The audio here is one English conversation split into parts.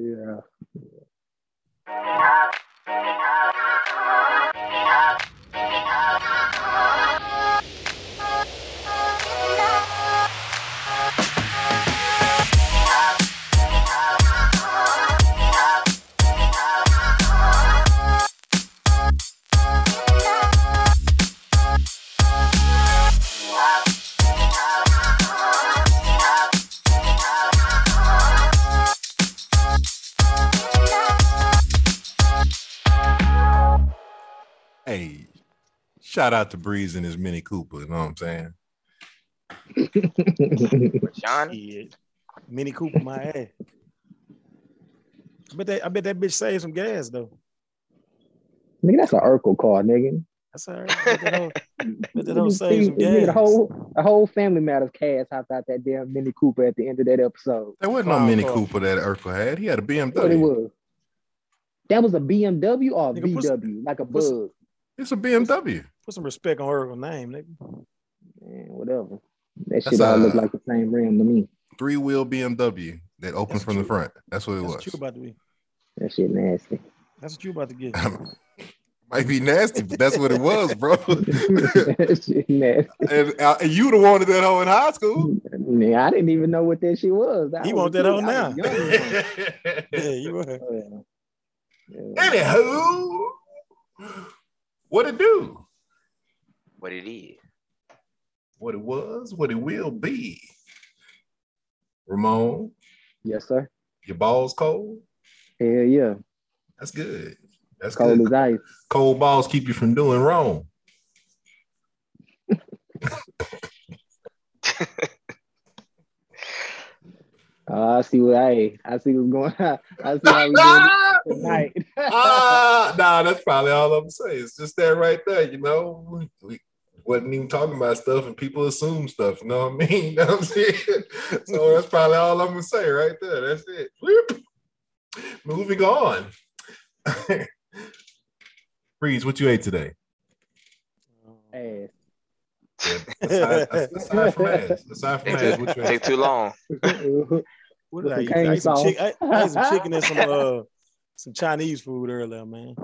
Yeah. Hey, shout out to Breeze and his Mini Cooper. You know what I'm saying? John, Shit. Mini Cooper my ass. I bet that I bet that bitch saved some gas though. Nigga, that's an Urkel car, nigga. That's all right. I bet that hoe- bet that Nigga, hoe saved some see- nigga, the gas. whole the whole family matters cast hopped out that damn Mini Cooper at the end of that episode. There wasn't no Clown Mini car. Cooper that Urkel had. He had a That's what it BMW. was. That was a BMW or a Nigga, puss- VW, like a puss- bug. It's a BMW. Put some respect on her name, nigga. Man, whatever. That That's shit all looked a- like the same rim to me. Three wheel BMW that opened That's from the true. front. That's what it That's what you was. about to be. That shit nasty. That's what you about to get. Might be nasty, but that's what it was, bro. that shit nasty. and, uh, and you the one that that hoe in high school. Man, I didn't even know what that shit was. I He was want a that kid. on I was now. young as hell. yeah, you right. Yeah. Anywho, what it do? what it is? What it was? What it will be? Ramon, Yes, sir. your balls cold? Hell yeah. That's good. That's Cold good. as ice. Cold balls keep you from doing wrong. Uh, I see what I I see what's going on. I see how we doing it tonight. ah, nah, that's probably all I'm saying. It's just that right there, you know. We wasn't even talking about stuff, and people assume stuff. You know what I mean? You know what I'm saying? so that's probably all I'm gonna say right there. That's it. Whoop. Moving on. Freeze, what you ate today? Ass. Aside, aside from ass, aside from ass, what you Take ate? too long. What With did some I eat? cane I ate, some sauce. chick- I, I ate some chicken and some uh some Chinese food earlier, man.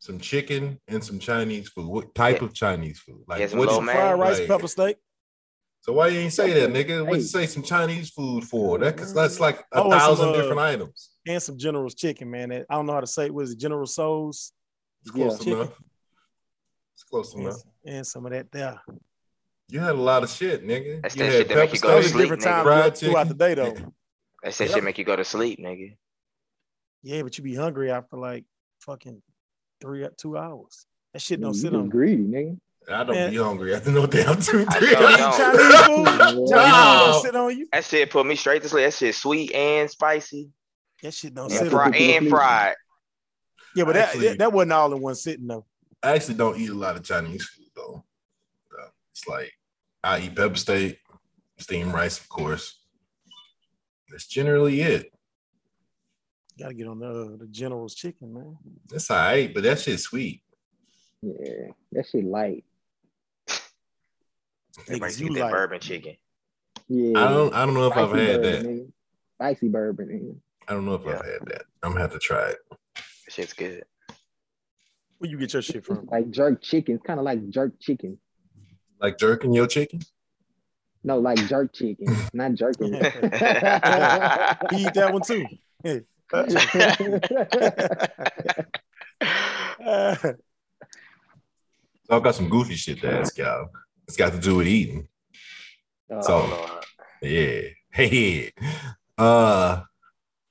Some chicken and some Chinese food. What type of Chinese food? Like Yeah, some what lo you Oh, mein. man. Fried rice, Like- pepper steak. So why you ain't say that, nigga? What Hey. you say some Chinese food for? That cause that's like a I thousand want some, uh, different items. and some General's chicken, man. That- I don't know how to say it. Was it General Souls It's close yeah. enough. It's close and, enough. and some of that there? You had a lot of shit, nigga. That's you that had shit that make you pepper go to Those steak, are sleep, different nigga. times fried throughout chicken. the day, though. That shit Yep. shit make you go to sleep, nigga. Yeah, but you be hungry after like fucking three, two hours. That shit You don't sit just on. greedy, nigga. I don't Man. be hungry after no damn two I three. sure hours. don't. Chinese food, Chinese food Wow. don't sit on you. That shit put me straight to sleep. That shit sweet and spicy That shit don't and sit fried on. you. and fried. Yeah, but that, Actually- that that wasn't all in one sitting though. I actually don't eat a lot of Chinese food though. So, It's like I eat pepper steak, steamed rice, of course. That's generally it. Gotta get on the uh, the General's chicken, man. That's all right, but that shit's sweet. Yeah, that shit light. Everybody Niggas, you get that like bourbon chicken. Yeah. I don't I don't know if I've Spicy had bourbon, that. nigga. Spicy bourbon, nigga. I don't know if I've had that. I'm gonna have to try it. That shit's good. where you get your shit from? It's like jerk chicken. It's kind of like jerk chicken. Like jerking your chicken? No, like jerk chicken, not jerking. Yeah. He eat that one too. Uh, So I've got some goofy shit to ask y'all. It's got to do with eating. So- Oh, Lord. Yeah. Hey. Uh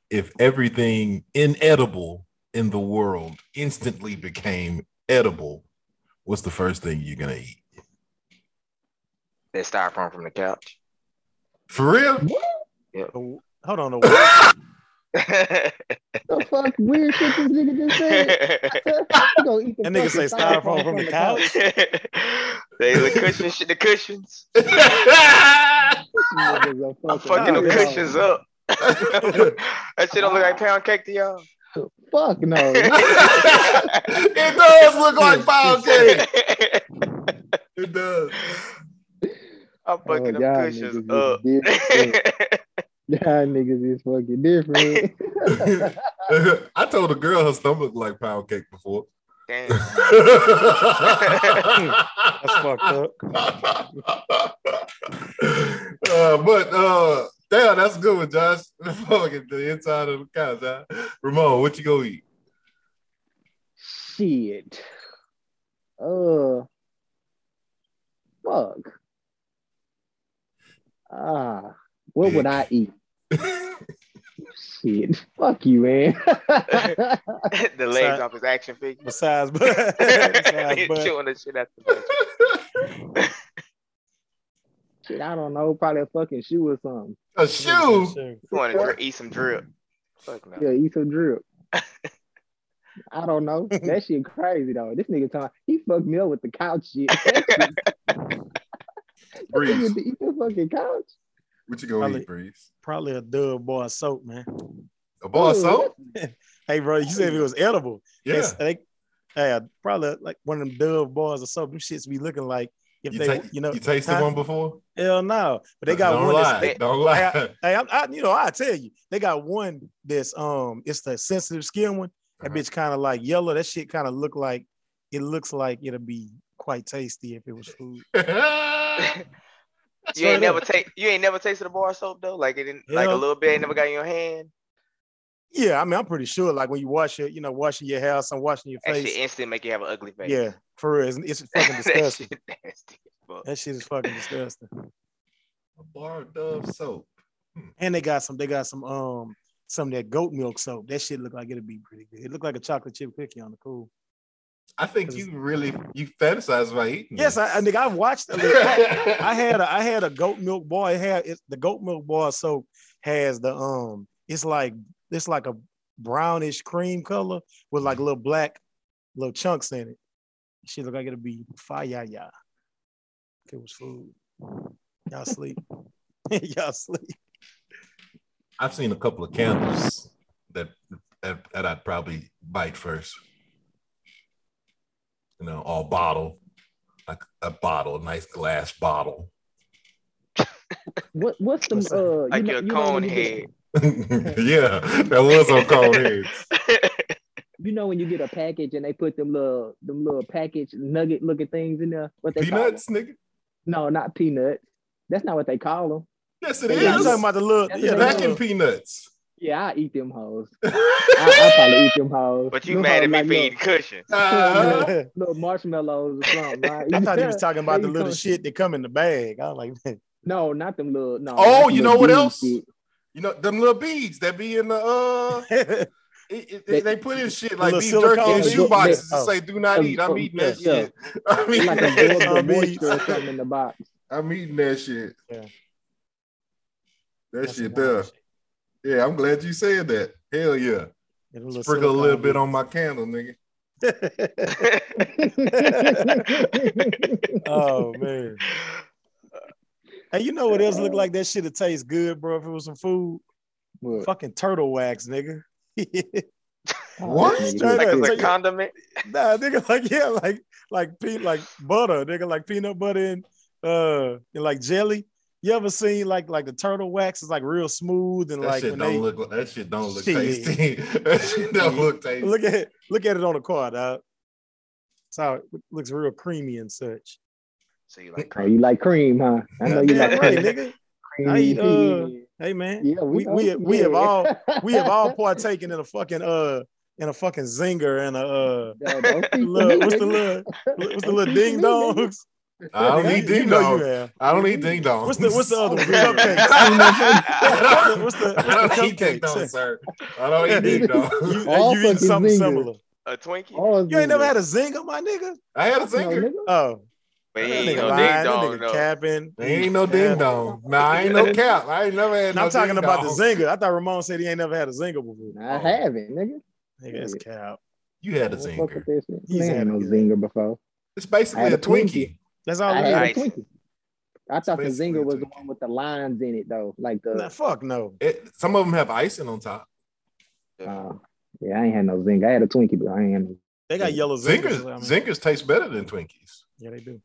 if everything inedible in the world instantly became edible, what's the first thing you're gonna eat? That styrofoam from the couch. For real? oh, hold on, a the fuck weird shit this nigga just said. You gonna eat the That nigga fucking say styrofoam from the couch? they the cushions, shit, the cushions. Niggas are I'm fucking the yeah. cushions up. that shit don't look like pound cake to y'all. Fuck no. it does look like pound cake. I'm It does. fucking God, them Oh, cushions niggas is up. Y'all niggas is fucking different. I told a girl her stomach looked like pound cake before. Damn. That's fucked up. uh, but uh, damn, that's a good one, Josh. Fucking the inside of the couch. Huh? Ramon, what you gonna eat? Shit. Uh. Fuck. Ah, what would I eat? Shit. Fuck you, man. the legs Sorry. off his action figure. Besides, but, He besides, but chewing the shit out the bed. Shit, I don't know. Probably a fucking shoe or something. a shoe. You want to dri- eat some drip? Fuck no. Yeah, eat some drip. I don't know. That shit crazy though. This nigga talking, he fucked me up with the couch shit. Breeze. Nigga, to eat the fucking couch. What you gonna Probably- eat, Breeze? Probably a dub bar of soap, man. A bar of Ooh, soap? Hey, bro, you said if it was edible. Yeah. It's- They, hey, uh, probably like one of them dub bars or something. Them shits be looking like if You, they, ta- you know, you tasted huh? one before? hell no. But they got Don't one. lie. That's, they- Don't lie. hey, I'm, I, you know, I tell you, they got one that's um, it's the sensitive skin one. That Uh-huh. bitch kind of like yellow. That shit kind of look like it looks like it'll be quite tasty if it was food. you ain't Straight never up. take. You ain't never tasted a bar of soap though. Like it didn't. Like a Yeah. little bit. Ain't never got in your hand. Yeah, I mean, I'm pretty sure. Like when you wash your, you know, washing your house and washing your That shit face. instantly make you have an ugly face. Yeah, for real, it's, it's fucking that disgusting. shit nasty. But that shit is fucking disgusting. a bar of Dove soap. And they got some, they got some, um, some of that goat milk soap. That shit look like it'll be pretty good. It looked like a chocolate chip cookie on the cool. I think you really you fantasize about eating. Yes, I, I think I've watched. I, I I had a, I had a goat milk bar. It had it, the goat milk bar soap has the um. It's like it's like a brownish cream color with like little black little chunks in it. Shit look like it'll be fire. Yeah, it was food. Y'all sleep. Y'all sleep. I've seen a couple of candles that, that that I'd probably bite first. You know, all bottle, like a bottle, a nice glass bottle. What what's some What's that? uh like know- your know cone when you get- head. yeah, that was on cone heads. you know when you get a package and they put them little them little package nugget looking things in there. What they call them? Peanuts, nigga. No, not peanuts. That's not what they call them. Yes, it Yeah, is. Yeah, you talking about the little? That's Yeah, the the Mac bacon little- and peanuts. Yeah, I eat them hoes. I, I probably Ah, eat them hoes. but you Them hoes mad at me like for little- eating cushions. little marshmallows or something. right? I thought he was talking about the little Come- shit that come in the bag. I was like, man, No, not them little. No. Oh, not them you little know what bean else? shit. you know them little beads that be in the uh that It, it, they, they put in shit like Little beef silicone jerky in and shoe shit. boxes Yeah. to say "Do not Oh. eat." I'm eating that Yeah. shit. I It's mean, like a Yeah. absorb the Yeah. moisture or something in the box. I'm eating that shit. Yeah. That shit there. Yeah, I'm glad you said that. Hell yeah. Sprinkle Sprinkle a little bit on my candle, nigga. oh man. Hey, you know what else look like that shit that tastes good, bro? If it was some food, What? fucking turtle wax, nigga. Oh, What? Nigga, Straight like up. it's Yeah, a take- condiment. nah, nigga, like yeah, like like pe- like butter, nigga, like peanut butter and uh and like jelly. You ever seen like like the turtle wax is like real smooth and That like shit when don't they look. That shit don't look Shit. tasty. that shit don't look tasty. look at it, look at it on the card, dog. That's how it looks real creamy and such. So you like Oh, you like cream, huh? I know you Yeah, like right, cream. nigga. I eat, uh, Hey man, we know. we, we have Yeah. all we have all partaken in a fucking uh in a fucking zinger and a uh Yeah, don't speak for little, me, what's the nigga. little what's the Don't little speak ding for me, dongs? I don't Nigga, eat you ding know you dong. have. I don't eat ding dong. What's the what's the other one? Yeah. cupcakes? I don't- What's the- what's the I don't eat ding cupcakes? dong, sir. I don't eat ding You, dong. All you eating fucking something zingers. similar? a Twinkie. All You ain't never zinger. had a zinger, my nigga. I had a No, singer. nigga. Oh, but that he ain't nigga no lying, ding that dong nigga though. capping. There ain't no ding dong. Nah, I ain't no cap. I ain't never had And no I'm talking ding about the dong. zinger. I thought Ramon said he ain't never had a zinger before. I haven't, nigga. Nigga, that's cap. You had a What the fuck zinger. with that shit? He's Man, had no a Oh, good- zinger before. It's basically I had a a Twinkie. Twinkie. That's all. I I had Nice. a Twinkie. I thought the Basically Zinger was a the Twinkie. one with the lines in it though, like nah, the. fuck no. It, some of them have icing on top. Uh, yeah, I ain't had no Zinger. I had a Twinkie, but I ain't had no. They got yellow Zingers, zingers. I mean, zingers taste better than Twinkies. yeah, they do.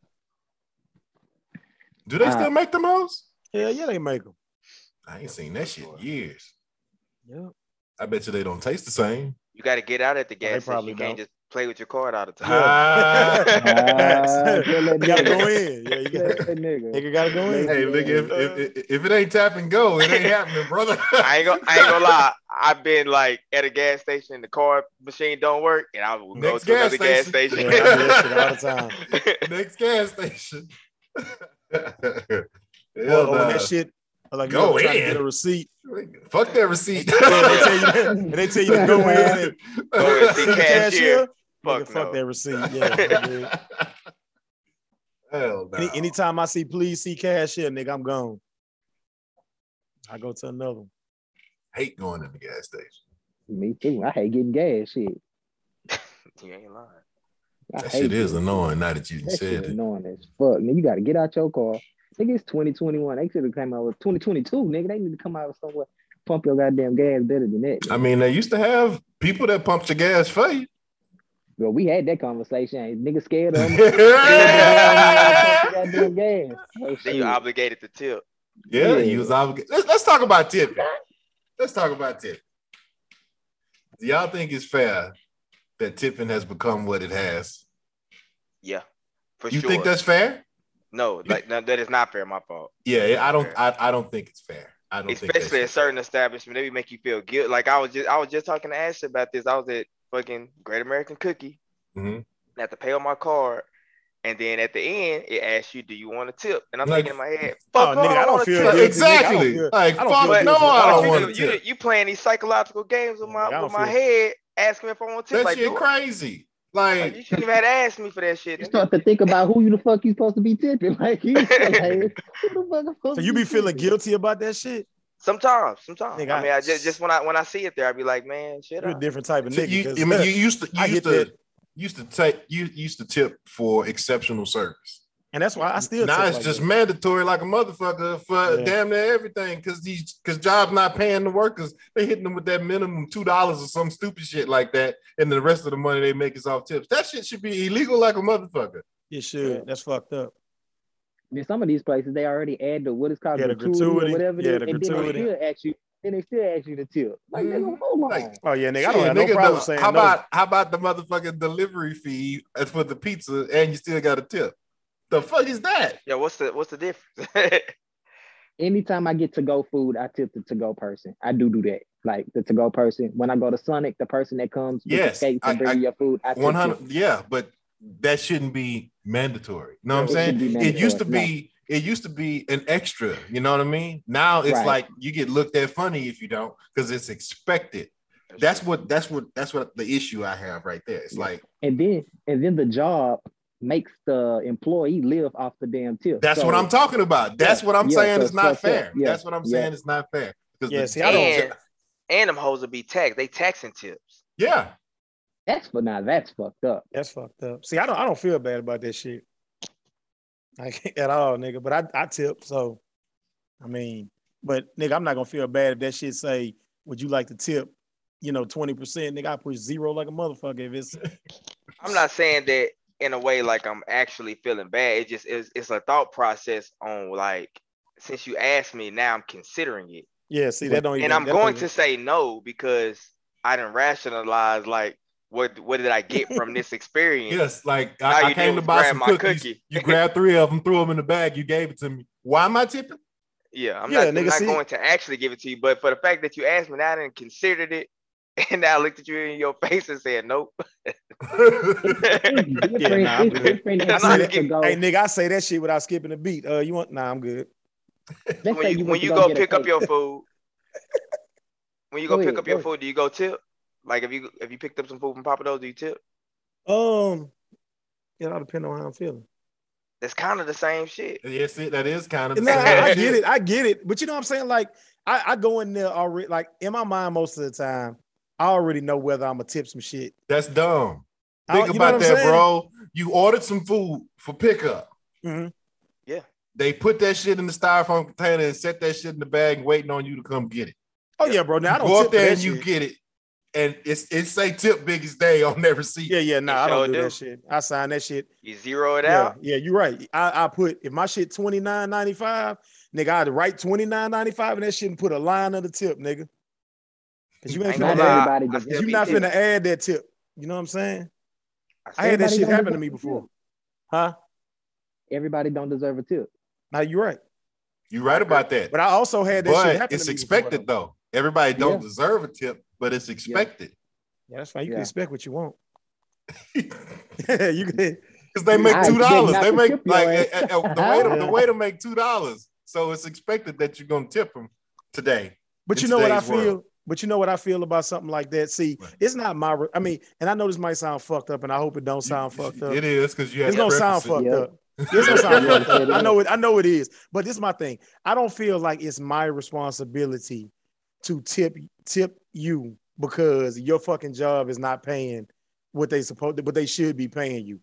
Do they Uh, still make them hoes? Yeah, yeah, they make them. I ain't seen that shit in years. Yeah. I bet you they don't taste the same. You got to get out at the gas station. probably You can't don't. just play with your card all the time. Ah, Ah, good little you gotta go nigga. in. Yeah, you Good gotta, little nigga. nigga gotta go in. hey, look, if, if, if if it ain't tap and go, it ain't happening, brother. I ain't gonna, I ain't gonna lie. I've been like at a gas station, the card machine don't work, and I will go Next to another gas gas station. station. Yeah, I do that shit all the time. Next gas station. Hell Well, when nah. that shit, like you Go ever try to in. get a receipt, Fuck that receipt. and they tell you, and they tell you to go in and Go and see see the cashier. cashier. Fuck, Fuck fuck no. that receipt. Yeah. nigga. Hell no. Any, anytime I see please see cashier, nigga, I'm gone. I go to another one. hate going in the gas station. Me too. I hate getting gas. Shit. You ain't lying. I That hate shit it. is annoying. Now that you done That said shit it, annoying as fuck. Nigga, you gotta get out your car. Nigga, it's 2021. They should have come out with 2022, nigga. They need to come out with somewhere. Pump your goddamn gas better than that. I mean, they used to have people that pumped your gas for you. But we had that conversation. Ain't Nigga scared of 'em. yeah, Goddamn gas. Oh, Then you're shit. obligated to tip. you was obligated. Let's, let's talk about tipping. Let's talk about tipping. Do y'all think it's fair that tipping has become what it has? Yeah, for You sure. think that's fair? no, like no, that is not fair. My fault. Yeah, I don't. I, I don't think it's fair. I don't. think Especially at that's certain establishments, they make you feel guilt. Like I was just, I was just talking to Ashley about this. I was at fucking Great American Cookie. Mhm. I had to pay on my card. And then at the end, it asks you, "Do you want a tip?" And I'm Like- thinking in my head, Oh, "Fuck, no, nigga, I I don't don't want a feel tip." guilty. fair. Exactly. Yeah, Like I don't fuck feel no, guilty. I Why don't you, want do- to you, tip. do- you playing these psychological games with Yeah, my I don't with my feel- head, asking if I want to. That Like, shit dude, crazy. like, you Like, shouldn't even have asked me for that shit. You start to think about who you the fuck you supposed to be tipping. Like, you like, who the fuck I'm supposed So to you be feeling tipping? guilty about that shit? Sometimes, sometimes. Nigga, I mean, I just just when I when I see it there, I be like, man, shit. You're a I- different type of So nigga. you, 'cause- I mean, you used to, you I used get to, used to take, you used to tip for exceptional service. and that's why I still. now tip it's like just that. mandatory, like a motherfucker, for Yeah. damn near everything, because these, because jobs not paying the workers, they hitting them with that minimum two dollars or some stupid shit like that, and the rest of the money they make is off tips. That shit should be illegal, like a motherfucker. It should. Yeah. That's fucked up. Then some of these places they already add the what is called Yeah, the gratuity, gratuity. or whatever it Yeah, is, the and gratuity. then they still ask you, then they still ask you to tip. Like, nigga, Mhm. hold on. Like, Oh yeah, nigga. I Shit, don't have no nigga, problem the- saying how no. about how about the motherfucking delivery fee as for the pizza, and you still got a tip? The fuck is that? Yeah, what's the what's the difference? Anytime I get to go food, I tip the to go person. I do do that. Like the to go person. When I go to Sonic, the person that comes with Yes, the skates I- and bring I- you your food, I tip One them. hundred, yeah, but that shouldn't be mandatory. You know what I'm It saying? shouldn't be It used to mandatory, be, it used to be an extra. You know what I mean? Now it's Right. like you get looked at funny if you don't, because it's expected. That's what that's what that's what the issue I have right there. It's Yeah. like and then and then the job makes the employee live off the damn tip. that's what So- I'm talking about. That's Yeah, what I'm yeah, saying. so it's not it's fucked up. fair. Yeah, That's what I'm yeah. saying. It's not fair. Because Yeah, the- see, I don't. and and them hoes will be taxed. They taxing tips. yeah, That's for now. That's fucked up. That's fucked up. See, I don't. I don't feel bad about that shit. Like at all, nigga. But I, I tip. So, I mean, but nigga, I'm not gonna feel bad if that shit say, "Would you like to tip?" You know, twenty percent. Nigga, I push zero like a motherfucker. If it's I'm not saying that in a way like I'm actually feeling bad. It just is it's a thought process on like since you asked me, now I'm considering it. yeah, see that don't. and even, I'm that going don't to say no because I didn't rationalize like what what did I get from this experience? Yes, like All I, you I did came to was buy grab some my cookies. cookie. You grabbed three of them, threw them in the bag. You gave it to me. Why am I tipping? Yeah, I'm Yeah, not, I'm nigga, not see- going to actually give it to you, but for the fact that you asked me, now I didn't considered it, and I looked at you in your face and said, "Nope." It's different. nah, I'm it's good. different. I If said you it- have to go, Hey, nigga, I say that shit without skipping a beat. Uh, you want? Nah, I'm good. let's when say you you, went when to you go get a pick up cake. your food, when you go Go pick ahead, up your go food, do you go tip? Like if you if you picked up some food from Papa Do's, do you tip? Um, it all depends on how I'm feeling. That's kind of the same shit. yes, it, that is kind of. the No, same I, I shit. get it. I get it. But you know what I'm saying? Like, I, I go in there already. Like in my mind, most of the time, I already know whether I'm gonna tip some shit. That's dumb. I- Think you know about what I'm that, saying? bro. You ordered some food for pickup. Mhm. They put that shit in the styrofoam container and set that shit in the bag, waiting on you to come get it. Oh yeah, bro. Now I don't Go tip up there and you you get it, and it's it say tip biggest day on that receipt. Yeah, yeah. Nah, I sure don't do do. that shit. I sign that shit. You zero it Yeah, out. yeah. You're right. I, I put if my shit twenty nine ninety five, Nigga, I'd write twenty nine ninety five and that shit and put a line on the tip, nigga. Cause you Ain't ain't gonna finna Not lie, add, everybody I does. still you be not tipped. finna add that tip. You know what I'm saying? I had that Everybody shit don't happen to me deserve a before. tip. Huh? Everybody don't deserve a tip. Now you're right. You're right about that. But I also had that shit happen But to me it's before, expected though. Everybody don't Yeah. deserve a tip, but it's expected. Yeah, that's fine. You Yeah. can expect what you want. Because you can they make I expect two dollars. not They to make tip your like ass. eh, eh, eh, the way to, Yeah. the way to make two dollars. So it's expected that you're gonna tip them today. But in you know what I today's feel. world. But you know what I feel about something like that. See, Right. it's not my. re- I mean, and I know this might sound fucked up, and I hope it don't sound fucked up. It is because you have It's gonna sound preferences. fucked Yeah. up. It's gonna sound Yeah, fucked up. it I is. know it. I know it is. But this is my thing. I don't feel like it's my responsibility to tip tip you because your fucking job is not paying what they supposed to, but they should be paying you.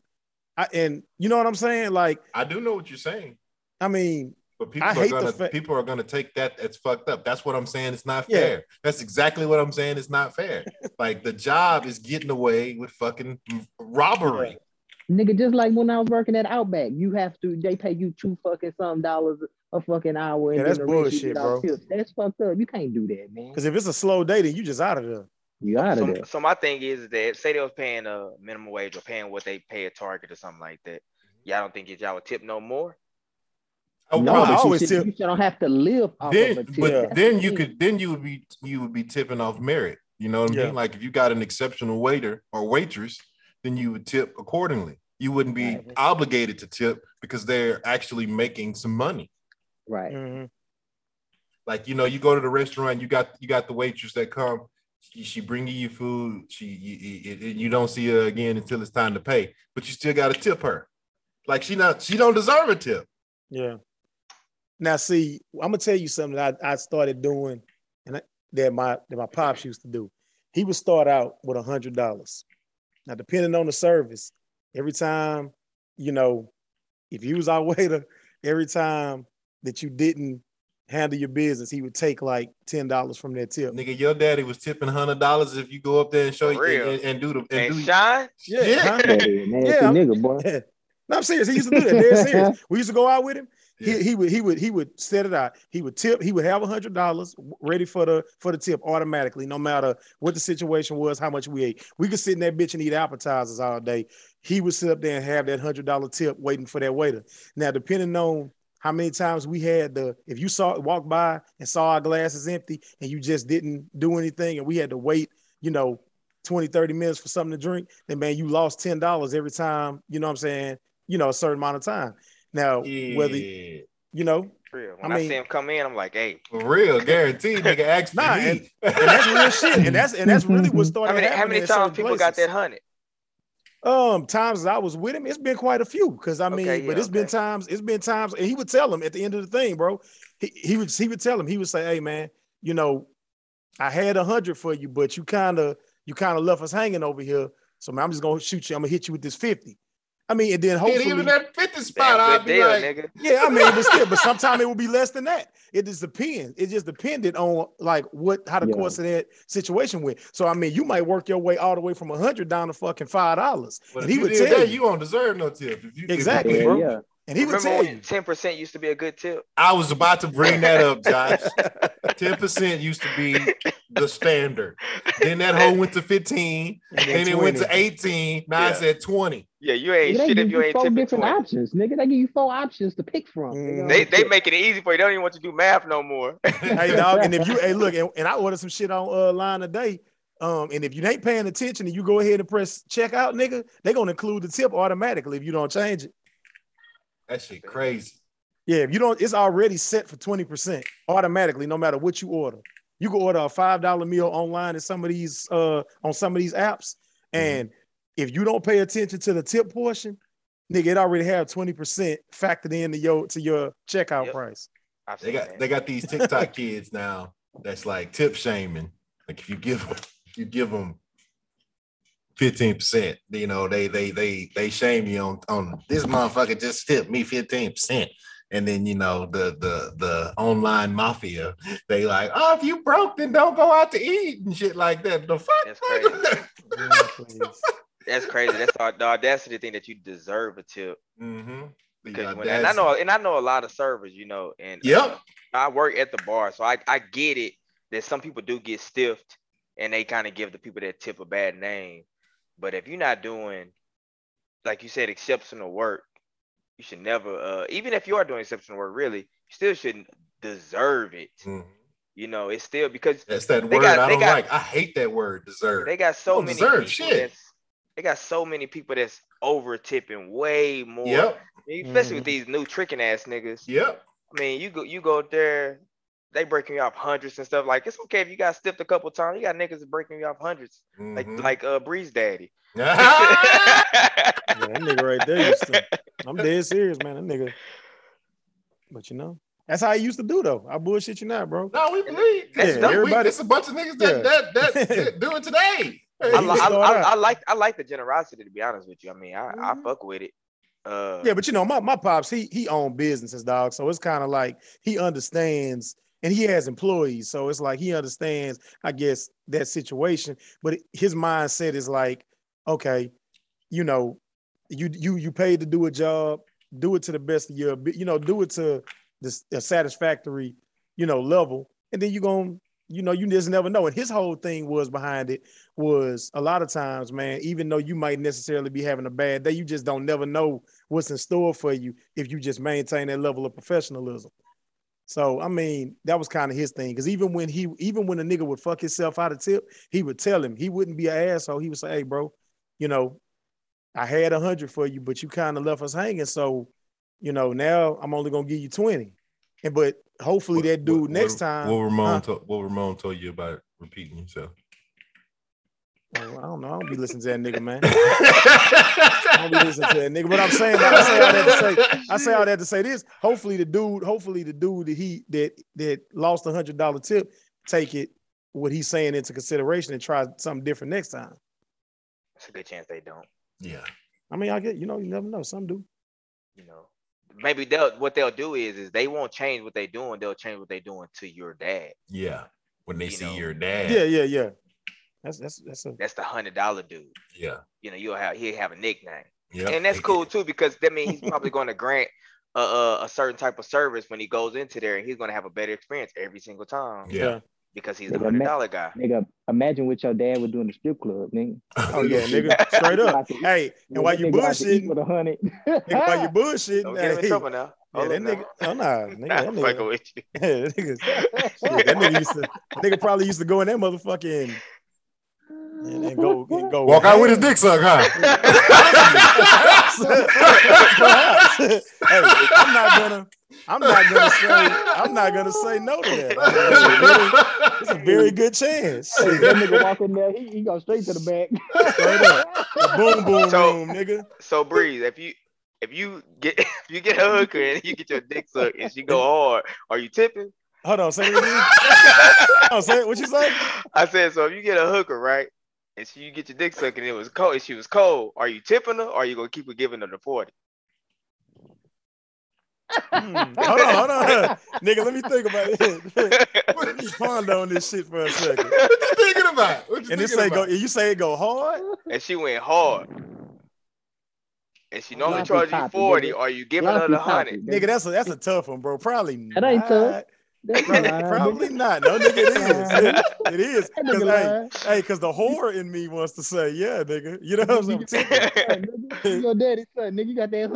I, and you know what I'm saying? Like, I do know what you're saying, I mean, but people I are hate the gonna fa- people are gonna take that as fucked up. That's what I'm saying. It's not Yeah. fair. That's exactly what I'm saying. It's not fair. like the job is getting away with fucking robbery. Nigga, just like when I was working at Outback, you have to they pay you two fucking some dollars a fucking hour. And Yeah, then that's the rest you bullshit, get off bro. tips. That's fucked up. You can't do that, man. because if it's a slow day, then you just out of there. You out of So, there. so my thing is that say they was paying a minimum wage or paying what they pay at Target or something like that. Y'all don't think y'all would tip no more? Oh, No, probably. I but always you, should, tip. you don't have to live off of a then, tip. but That's then the you thing. could then you would be you would be tipping off merit. You know what I Yeah. mean? Like if you got an exceptional waiter or waitress, then you would tip accordingly. You wouldn't be Right. obligated to tip because they're actually making some money. right. Mhm. Like you know, you go to the restaurant, you got you got the waitress that come. She, she bring you your food. She you, you- you- you don't see her again until it's time to pay, but you still got to tip her. Like she not she don't deserve a tip. Yeah. Now, see, I'm gonna tell you something that I, I started doing, and I, that my that my pops used to do. He would start out with a hundred dollars. Now, depending on the service, every time, you know, if you was our waiter, every time that you didn't handle your business, he would take like ten dollars from that tip. Nigga, your daddy was tipping hundred dollars if you go up there and show For you real. and, and do the And, and do Sean, Yeah. huh? That is a nasty Yeah, I'm- nigga, boy. Yeah. No, I'm serious. He used to do that. Dead serious. We used to go out with him. Yeah. He, he would he would he would set it out. He would tip. He would have a hundred dollars ready for the for the tip automatically, no matter what the situation was, how much we ate. We could sit in that bitch and eat appetizers all day. He would sit up there and have that hundred dollar tip waiting for that waiter. Now, depending on how many times we had the, if you saw walk by and saw our glasses empty and you just didn't do anything, and we had to wait, you know, 20, 30 minutes for something to drink, then man, you lost ten dollars every time, you know what I'm saying, you know, a certain amount of time. Now, Yeah. whether you know, for real. When I I, mean- see him come in, I'm like, hey, For real, guaranteed, nigga. Ask for Nah, me. and that's real shit. And that's and that's really what how started many, happening. how many in certain times people got that places. hundred? Um, times that I was with him, it's been quite a few. Cause I mean, Okay, but yeah, it's been okay. times, it's been times, and he would tell him at the end of the thing, bro. He he would he would tell him, he would say, Hey man, you know, I had a hundred for you, but you kind of you kind of left us hanging over here. So man, I'm just gonna shoot you. I'm gonna hit you with this 50. I mean, and then and hopefully even that 50 Damn spot, I'd good be deal, like, nigga. Yeah, I mean, but still, but sometimes it will be less than that. It just depends. It just depended on like what how the Yeah. course of that situation went. So I mean, you might work your way all the way from a hundred down to fucking five dollars, but if and he you would did tell that, you, you don't deserve no tip. If you, if- Exactly, if- Yeah, bro. yeah. and he would Remember tell you. when ten percent used to be a good tip? I was about to bring that up, Josh. 10% used to be the standard. Then that whole went to 15. Then it went to 18. Now Yeah. it's at 20 Yeah, you Nigga, ain't They shit give if you you ain't four tipping different twenty. Mm-hmm. options, nigga. They give you four options to pick from. Mm. nigga, on They the they tip. making it easy for you. They don't even want you to do math no more. hey dog, and if you hey look, and, and I ordered some shit on uh, line today. Um, and if you ain't paying attention and you go ahead and press checkout, nigga, they gonna include the tip automatically if you don't change it. That shit crazy. Yeah, if you don't, it's already set for 20% automatically, no matter what you order. You can order a five dollar meal online at some of these uh on some of these apps, and if you don't pay attention to the tip portion, nigga, it already have 20% factored into your to your checkout Yep. price. I've They seen got that. they got these TikTok kids now that's like tip shaming. Like if you give them, you give them fifteen percent, you know they they they they shame you on on this motherfucker just tipped me fifteen percent. And then you know the the the online mafia, they like, oh, if you broke, then don't go out to eat and shit like that. The fuck, That's nigga? Yeah, please. That's crazy. That's the, the audacity thing that you deserve a tip. Mhm. The 'Cause when- and I know, audacity. and I know a lot of servers, you know, and uh, Yep. I work at the bar, so I, I get it that some people do get stiffed, and they kind of give the people that tip a bad name. But if you're not doing, like you said, exceptional work, you should never, uh, even if you are doing exceptional work, really, you still shouldn't deserve it. Mhm. You know, it's still because That's that They word got- I they don't got- like. I hate that word, deserve. They got so don't many deserve people shit. that's- they got so many people that's over tipping way more. Yep. Especially Mhm. with these new tricking ass niggas. Yep. I mean, you go you go out there, they breaking you off hundreds and stuff. Like it's okay if you got stiffed a couple times. You got niggas that breaking you off hundreds. Like Mhm. like uh Breeze Daddy. Yeah, that nigga right there used to. I'm dead serious, man. That nigga. But you know, that's how I used to do though. I bullshit you not, bro. no, we believe. That's That's dope. Everybody- It's a bunch of niggas that that, that do it today. I, li- I, Start I, out. I like I like the generosity to be honest with you. I mean, I, I Mhm. fuck with it. Uh Yeah, but you know, my, my pops, he he owned businesses, dog. So it's kind of like he understands and he has employees. So it's like he understands, I guess, that situation. But his mindset is like, okay, you know, you you you paid to do a job, do it to the best of your abi- you know, do it to this a satisfactory, you know, level. And then you're gonna, you know, you just never know. And his whole thing was behind it was a lot of times, man, even though you might necessarily be having a bad day, you just don't never know what's in store for you if you just maintain that level of professionalism. So I mean, that was kind of his thing. Cause even when he even when a nigga would fuck himself out of tip, he would tell him he wouldn't be an asshole. He would say, Hey bro, you know, I had a hundred for you, but you kind of left us hanging. So, you know, now I'm only gonna give you 20. And but hopefully that dude next time What Ramon huh? told What Ramon told you about repeating yourself? Oh, I don't know, I don't be listening to that nigga, man. I don't be I listening to that nigga. But I'm saying that I say all that to say I say all that to say this. Hopefully the dude, hopefully the dude that he that that lost a hundred dollar tip, take it what he's saying into consideration and try something different next time. it's a good chance they don't, Yeah. I mean, I get you know, you never know. Some do. you know. Maybe they'll what they'll do is is they won't change what they doing, they'll change what they doing to your dad. Yeah. When they You see know. your dad. Yeah, yeah, yeah. That's that's that's a That's the hundred dollar dude. Yeah. You know, you'll have he'll have a nickname. Yep. and that's They cool get- too because that means he's probably going to grant a, a, a certain type of service when he goes into there, and he's going to have a better experience every single time Yeah. because he's the Nigga, hundred man. dollar guy. Nigga, imagine what your dad would do in the strip club, nigga. Oh yeah, nigga. Straight up. Hey, and while you Nigga out to eat bullshitting, with a hundred, nigga, while you Don't bullshitting, get him in hey, trouble now. yeah, Hold that up now. nigga, oh, nah, nigga, Nah, that I'm nigga, fucking with you. yeah, that nigga, shit, that nigga used to, that nigga probably used to go in that motherfucking and, and go and go Walk out with his ham. dick sucked, huh? Perhaps. hey, I'm not gonna. I'm not gonna say. I'm not gonna say no to that. I mean, that's a very- That's a very good chance. Hey, Shit, that nigga walk in there, he, he go straight to the back. Straight up. The boom boom So- room, nigga. So Breeze, if you if you get if you get a hooker and you get your dick sucked and she go hard, are you tipping? Hold on, say what you oh, say what you say? I said so. If you get a hooker, right, and she you get your dick sucked and it was cold, and she was cold, are you tipping her? or Are you gonna keep her giving her the forty? Hmm. Hold on, hold on, nigga. Let me think about it. let me ponder on this shit for a second. What you thinking about? What you And thinking this say go. about? You say it go hard. and she went hard. And she normally Sloppy charge you toppy, forty. nigga. Are you giving her Sloppy the toppy, hundred? Nigga, that's a that's a tough one, bro. Probably That ain't not. tough. That's Probably, lying, probably nigga. not. No, nigga, it is. It is. That 'Cause, nigga hey, lying. Hey, because the whore in me wants to say, yeah, nigga. You know what I'm saying? Hey, nigga, you Your daddy's son, nigga, you got that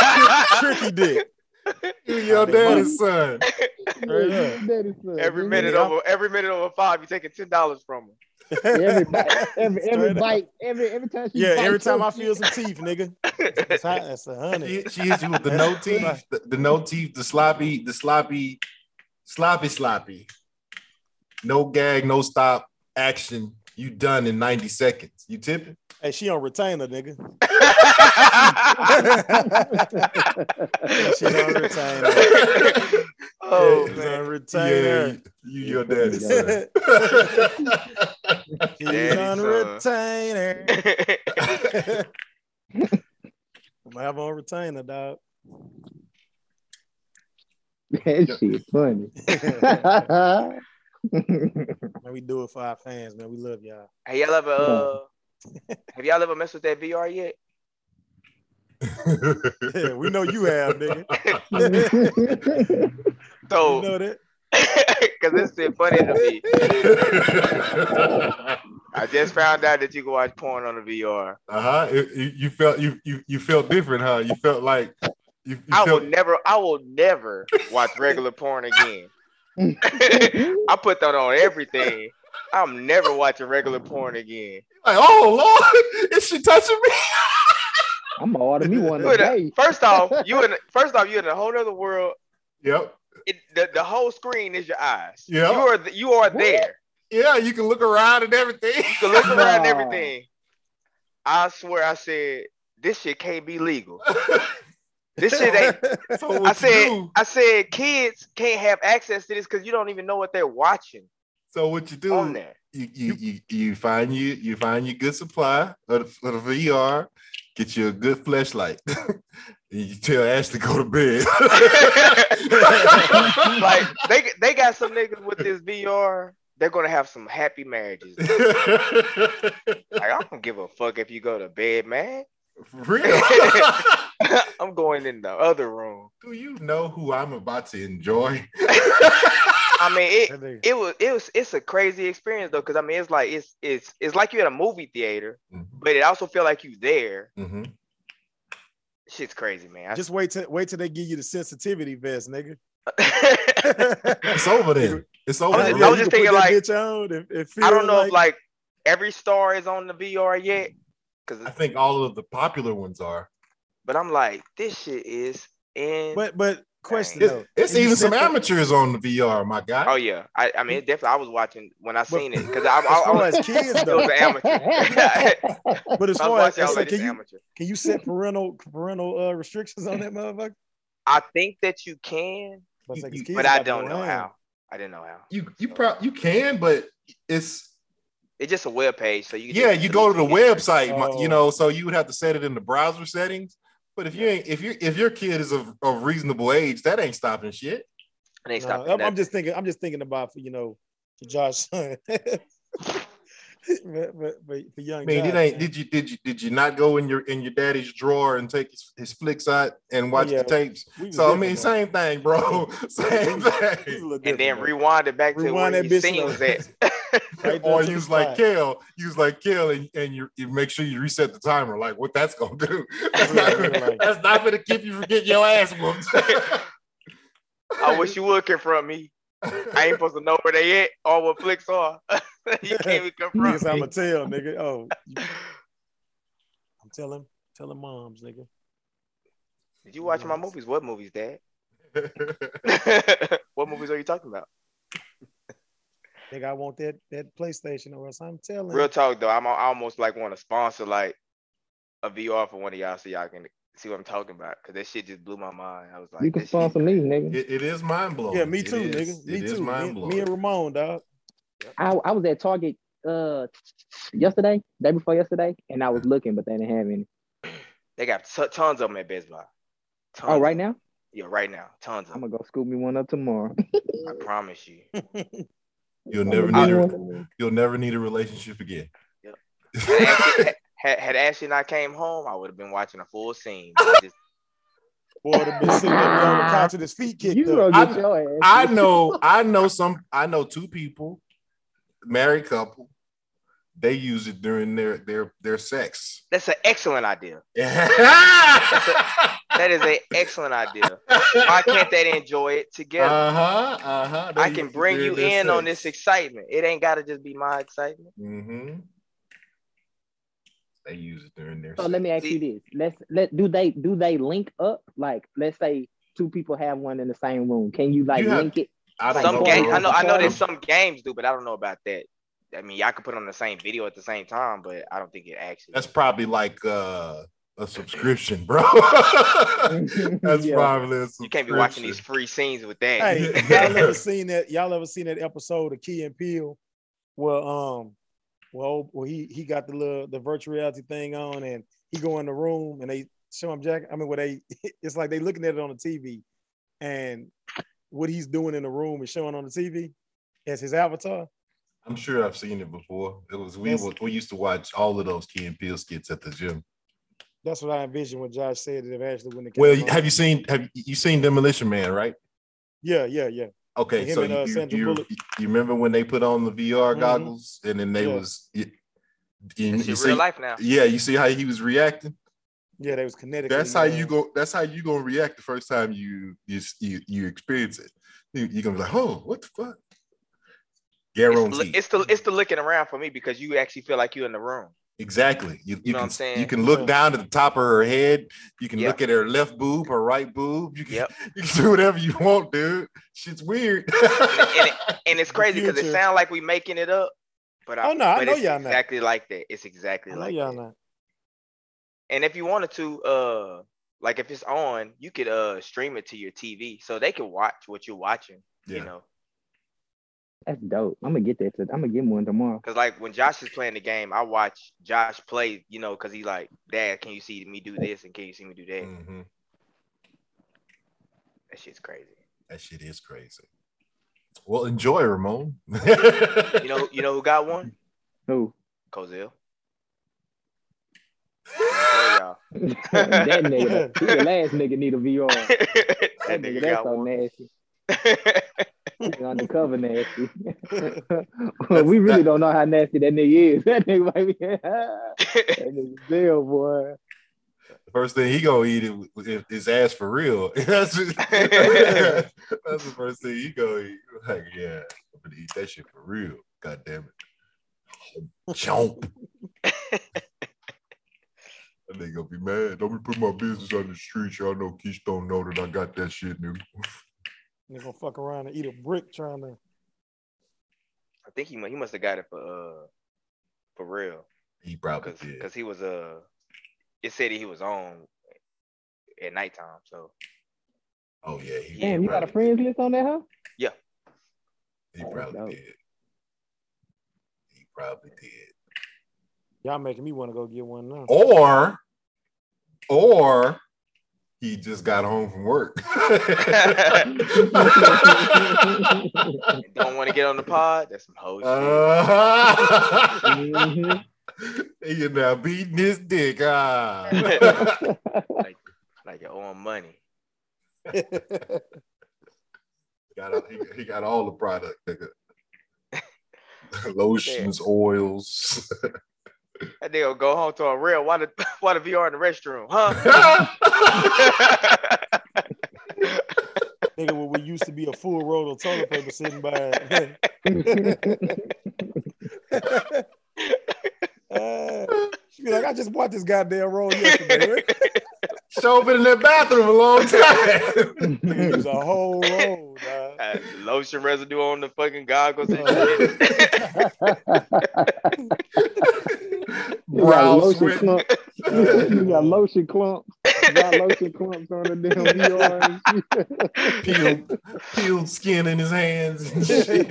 honey. Look, Tricky dick. You your daddy's son. Straight up. daddy's son. every nigga. minute nigga, I'm- over every minute over five, you taking ten dollars from her. Every bite, every Straight every up. bite, every every time she Yeah, bites every time your I feel shit, some teeth, nigga. That's, how, that's a She, hundred. she hits you with the no teeth, the, the no teeth, the sloppy, the sloppy, sloppy, sloppy. No gag, no stop, action. You done in 90 seconds. You tipping? Hey, she on retainer, nigga. She on retainer. oh She's man. on Yeah, retainer. you, you your daddy's son. She's Daddy, on son. retainer. I'm have on retainer, dog. that shit funny. man, Man, we do it for our fans, man. We love y'all. Have y'all ever uh have y'all ever messed with that VR yet? Yeah, we know you have, nigga. You So, know that. because it's funny to me. I just found out that you can watch porn on the VR. uh-huh. You, you- you felt you, you you felt different, huh? You felt like you, you I will felt never, I will never watch regular porn again. I put that on everything. I'm never watching regular porn again. like, oh Lord, is she touching me? I'm gonna order me one You in a- today. first off, you in first off, you're in a whole other world. Yep. It, the, the whole screen is your eyes. Yeah. You are th- you are there. Yeah, you can look around and everything. You can look around and Nah. everything. I swear I said this shit can't be legal. This shit ain't so what I you said do? I said kids can't have access to this because you don't even know what they're watching So what you on do? there. You, you you you find you you find your good supply of, the- of the VR. Get you a good flashlight. you tell Ashley go to bed. like they they got some niggas with this VR, they're gonna have some happy marriages. Like I don't give a fuck if you go to bed, man. For real. I'm going in the other room. do you know who I'm about to enjoy? I mean, it That nigga. it was it was it's a crazy experience though, because I mean, it's like it's it's it's like you're at a movie theater, but it also feel like you there. Mhm. Shit's crazy, man. I- Just wait till wait till they give you the sensitivity vest, nigga. It's over then. It's over. I was just- I was just Like, yeah, you can put thinking, that like, bitch on and- and I feel don't know if like every star is on the VR yet, because I think all of the popular ones are. but I'm like, this shit is in. But but question Dang. It's, though, it's and you even some said that- amateurs on the VR, my guy. Oh yeah, I, I mean, it definitely. I was watching when I seen it because I, I, As I far was as kids it was though, an amateur. but as I was far as watching. I was so like, can this you amateur. can you set parental parental uh, restrictions on that motherfucker? I think that you can, But, it's like, You- you- his kids but I about to don't go know ham. how. I didn't know how. You you pro- you can, but it's It's just a web page, so you can yeah. just You go to the delete your website, my- you Oh. know, so you would have to set it in the browser settings. But if you ain't, if you if your kid is of, of reasonable age, that ain't stopping shit. And they No, stop. I'm, I'm just thinking. I'm just thinking about for you know, for Josh's son. but, but, but for young. I mean, Josh, it ain't. man. Did you did you did you not go in your in your daddy's drawer and take his, his flicks out and watch yeah. the tapes? We was So I different, mean, though. same thing, bro. Same We was a thing. little and then different, though. rewind it back Rewind to where that you bitch seen was though. at. Right there or to the use like spot. kale, use like kale, and, and you, you make sure you reset the timer. Like what that's gonna do? That's Like- not, that's not gonna keep you from getting your ass whooped. I wish you would confront me. I ain't supposed to know where they at or what flicks are. you can't even confront Niggas, me. I'ma tell nigga. Oh, you- I'm telling, telling moms, nigga. Did you watch my movies? What movies, Dad? what movies are you talking about? Nigga, I want that that PlayStation or else I'm telling. Real talk though, I'm I almost like want to sponsor like a VR for one of y'all so y'all can see what I'm talking about. Cause that shit just blew my mind. I was like, you can this shit- sponsor me, nigga. It- it is mind blowing. yeah, me too, nigga. Me too. Me, Mind me blowing. and Ramon, dog. I, I was at Target uh yesterday, day before yesterday, and I was looking, but they didn't have any. They got t- tons of them at Best Buy. Tons Oh, of right 'em. now? Yeah, right now, tons of I'm 'em. gonna go scoop me one up tomorrow. I promise you. You'll I'ma never do need a- one. You'll never need a relationship again. Yep. Had Ashley, had, had Ashley and I came home, I would have been watching a full scene. Just- Boy, the bitch sitting up there on the couch with his feet kicked You up. gonna I- get your ass. I know, I know some, I know two people, married couple, they use it during their their their sex. that's an excellent idea. uh-huh, That is an excellent idea. Why can't they enjoy it together? uh-huh. I can bring you in on this excitement. It ain't gotta just be my excitement. Mm-hmm. They use it during their So Oh, let me ask you this: Let's let do they do they link up? Like, let's say two people have one in the same room. Can you like You have- link it? I don't Some know. games, bro. I know, I know Party. there's some games do, but I don't know about that. I mean, y'all could put on the same video at the same time, but I don't think it actually. That's probably like uh, a subscription, bro. That's Yeah. probably a You can't be subscription. watching these free scenes with that. Hey, y'all ever seen that? Y'all ever seen that episode of Key and Peele where um, well, where he he got the little the virtual reality thing on and he go in the room and they show him Jack. I mean, where they it's like they looking at it on the TV, and what he's doing in the room is showing on the TV as his avatar. I'm sure I've seen it before. It was we Yes. would- we used to watch all of those Key and Peele skits at the gym. That's what I envisioned when Josh said it eventually when it came Well, out. have you seen have you seen Demolition Man, right? Yeah, yeah, yeah. Okay, Him so and, you, uh, you, Sandra you, Bullock. you remember when they put on the VR Mhm. goggles and then they Yeah. was you, you- It's you in see- real life now. yeah, you see how he was reacting. Yeah, they uh, was kinetic. That's how you go. That's how you gonna react the first time you you you, you experience it. You, you're gonna be like, oh, what the fuck? It's, Guaranteed. the- it's the it's the looking around for me because you actually feel like you're in the room. Exactly. You, you, know what can I'm saying? you can look Yeah. down at the top of her head. You can Yeah. look at her left boob, her right boob. You can, Yep. you can do whatever you want, dude. Shit's weird. and, it, and it's The crazy because it future. sounds like we making it up. But I, Oh, no, I but know it's y'all not. exactly like that. It's exactly I know like y'all that. not. And if you wanted to, uh, like if it's on, you could uh stream it to your TV so they can watch what you're watching. Yeah. You know, That's dope. I'm gonna get that. I'm gonna get one tomorrow. because like when Josh is playing the game, I watch Josh play. You know, because he like, Dad, can you see me do this and can you see me do that? Mhm. That shit's crazy. That shit is crazy. Well, enjoy, Ramon. You know, you know who got one? Who? Cozell. Tell y'all. that nigga, he the last nigga need a VR. That that nigga, nigga that's got so one. nasty. That's Nigga Undercover nasty. That's- we really that- don't know how nasty that nigga is. That nigga might be. that nigga jail boy. The first thing he gonna eat is- is is ass for real. that's, just- that's the first thing he gonna eat. Like, yeah, I'm gonna eat that shit for real. God damn it. Chomp. That nigga gonna be mad. Don't be putting my business on the street. Y'all know Keystone know that I got that shit, nigga. They're gonna fuck around and eat a brick trying to. I think he mu- he must have got it for uh for real He probably because did. he was uh it said he was on at nighttime so Oh yeah, he, Yeah, Damn, you got a probably friends list on that, huh? did. He probably Dope. did. He probably did. Y'all making me want to go get one now. or or he just got home from work. don't want to get on the pod that's some whole shit uh, Mhm. you now beating his dick. Ah. like you're owing money Oh. got all- he, he got all the product, nigga. Lotions, oils. that nigga gonna go home to a real why the why the VR in the restroom huh Nigga, Nigga, what we used to be a full roll of toilet paper sitting by. it. Uh, she be like, I just bought this goddamn roll yesterday. Show been in that bathroom a long time. Nigga, It's a whole roll. dawg. Uh, lotion residue on the fucking goggles and Uh. shit. You got Brow lotion sweat. clump. you got lotion clump. You got lotion clumps on the damn Ah, VR. and shit. peeled, peeled skin in his hands and shit.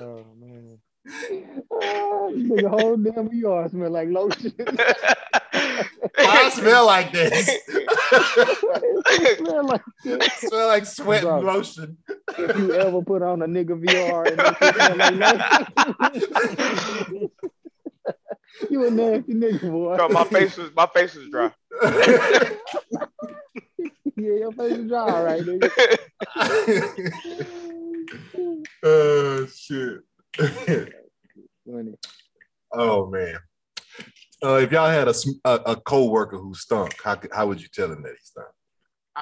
oh man. Ah, this nigga whole damn yard smell like lotion. I smell like this. smell like I smell like sweat Bro. and lotion. if you ever put on a nigga VR and that shit smell like lotion. you a nasty nigga boy. Bro, my face was my face was dry. Yeah, your face is dry right nigga. oh shit. Funny. oh man. Uh, if y'all had a, sm- a a coworker who stunk, how could, how would you tell him that he stunk?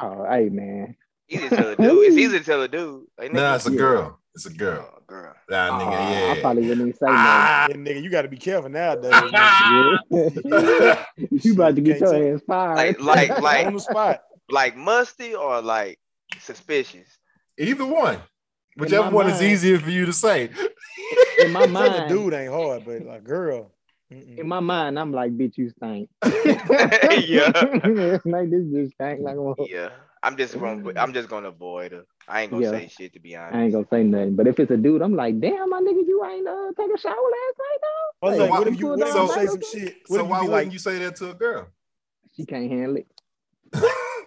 Oh, hey man. Easy to tell a dude. It's easy to tell a dude. Like, Nah, nigga, it's a Yeah. girl. It's a girl. oh, girl. Nah, Oh, nigga, I yeah. probably wouldn't even say nothing. Ah. Yeah, nigga, you got to be careful nowadays. nigga. Yeah. Ah! you about to get Can't your ass fired. Like, like, on like, the spot. like musty or like suspicious. Either one. Whichever one is mind- easier for you to say. in my Tell the mind, dude ain't hard, but like, girl. mm-mm. in my mind, I'm like, bitch, you stink. Yeah. like this bitch stink. Like, well, Yeah, I'm just gonna I'm just gonna avoid her. I ain't gonna Yeah. say shit to be I honest. ain't gonna say nothing. But if it's a dude, I'm like, damn, my nigga, you ain't uh, take a shower last night though. I was Hey, like, why- what if you, pulled what if down you say my- some shit? So What if you why be wouldn't like, you say that to a girl? She can't handle it.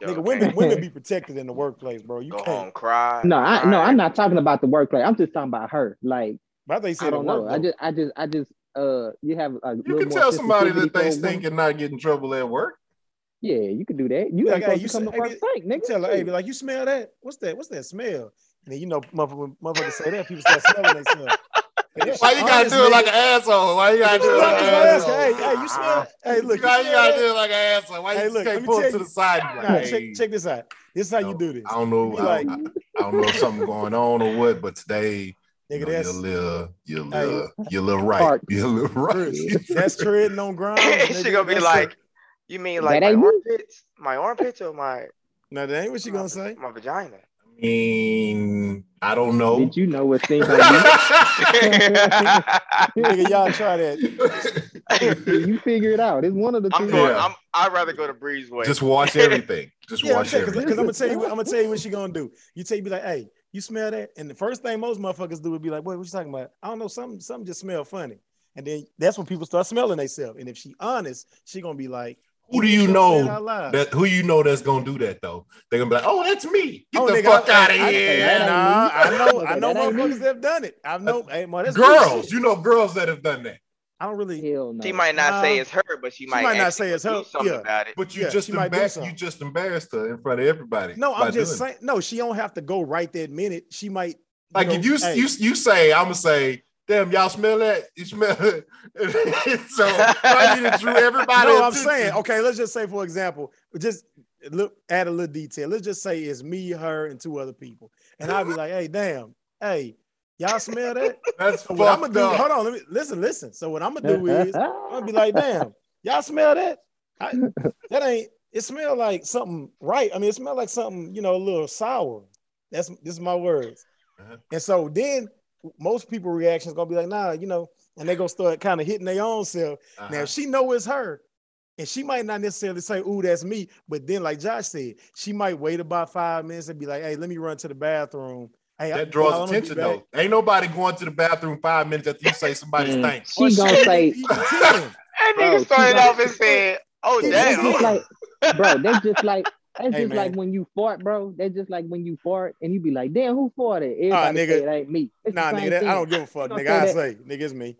Yo, nigga, can't women, okay. women be protected in the workplace, bro. You go home, can't. cry. No, I no, cry. I'm not talking about the workplace. I'm just talking about her. Like, But I think you said I don't at work, know. I though. just, I just, I just, uh you have a You little can more tell somebody that sensitivity they for a woman. stink and not get in trouble at work. Yeah, you can do that. You Like, ain't hey, supposed you to come say- to work hey, stank, You nigga. tell her, hey, be like, you smell that? What's that? What's that smell? And then you know, motherfuckers, motherfuckers say that, people start smelling themselves. And if Why you she gotta honest, do it like nigga, an asshole? Why you gotta do it I'm like an just gonna ask her, asshole? Ah. hey, hey, you smell? Hey, look, you Why you smell gotta that? do it like an asshole? Why you Hey, just look, let can't me pull it tell to you- the side? and be like, Nah, hey, check, check this out. This is how you no, do this. I don't know. You I don't, like- I, I don't know if something's going on or what, but today you Nigga, know, you're a that's little, you're a Hey. little, you're a little right. Park. You're a little right. Chris, that's treading on ground. she Oh, nigga. gonna be That's like, a- you mean That like my ain't me. armpits, my armpits or my now that ain't what she my, gonna say. my vagina? I mean, I don't oh. know. Oh. Did you know what stink on you? Nigga, y'all try that. you figure it out. It's one of the I'm two. going. Yeah. I'm. I'd rather go to breezeway. Just watch everything. Just Yeah, I'm watch saying, cause, everything. 'cause I'm gonna tell you, I'm gonna tell you what she gonna do. You tell you be like, hey, you smell that? And the first thing most motherfuckers do would be like, wait, what you talking about? I don't know, something, something just smell funny. And then that's when people start smelling themselves. And if she honest, she gonna be like, Who do "Bitch, you don't say it know out loud." that who you know that's gonna do that though? They're gonna be like, oh, that's me. Get Oh, the nigga, fuck I- out of I- I- here. that ain't nah, I me. know, Nigga, I know that ain't me. motherfuckers that have done it. I know, hey, man, that's bullshit. girls, you know girls that have done that. I don't really. Hell no. she might not say Nah. it's her, but she She might, might not actually say it's do her, something yeah. about it. But you Yeah, just she might do emba- you something. just embarrassed her in front of everybody. No, by I'm just doing saying. No, she don't have to go right that minute. She might. you it. Like know, if you hey, you you say, I'm gonna say, damn, y'all smell that? You smell it. so I need to drew everybody. no, I'm attention. saying. Okay, let's just say for example, just look add a little detail. Let's just say it's me, her, and two other people, and I'll be like, hey, damn, hey, y'all smell that? that's So fucked what I'm gonna do? up. Hold on, let me listen, listen. So what I'm gonna do is I'm gonna be like, damn, y'all smell that? I, that ain't. It smell like something right. I mean, it smell like something you know a little sour. That's this is my words. Uh-huh. And so then most people reactions gonna be like, nah, you know, and they gonna start kind of hitting their own self. Now Uh-huh. if she know it's her, and she might not necessarily say, "Ooh, that's me," but then, like Josh said, she might wait about five minutes and be like, "Hey, let me run to the bathroom." Hey, I- That draws y'all, I'm gonna be attention back. though. Ain't nobody going to the bathroom five minutes after you say somebody's Mm. thanks. She gonna Nigga, say, you pretend. That Bro, nigga she started got- off and said, "Oh She that's got- damn." just like, bro, that's just like, that's Hey, just like man. when you fart, bro. That's just like when you fart and you be like, damn, who farted? Everybody nigga. say it ain't me. It's Nah, the nigga, same that, I thing. don't give a fuck, gonna nigga. say I that? say, nigga, it's me.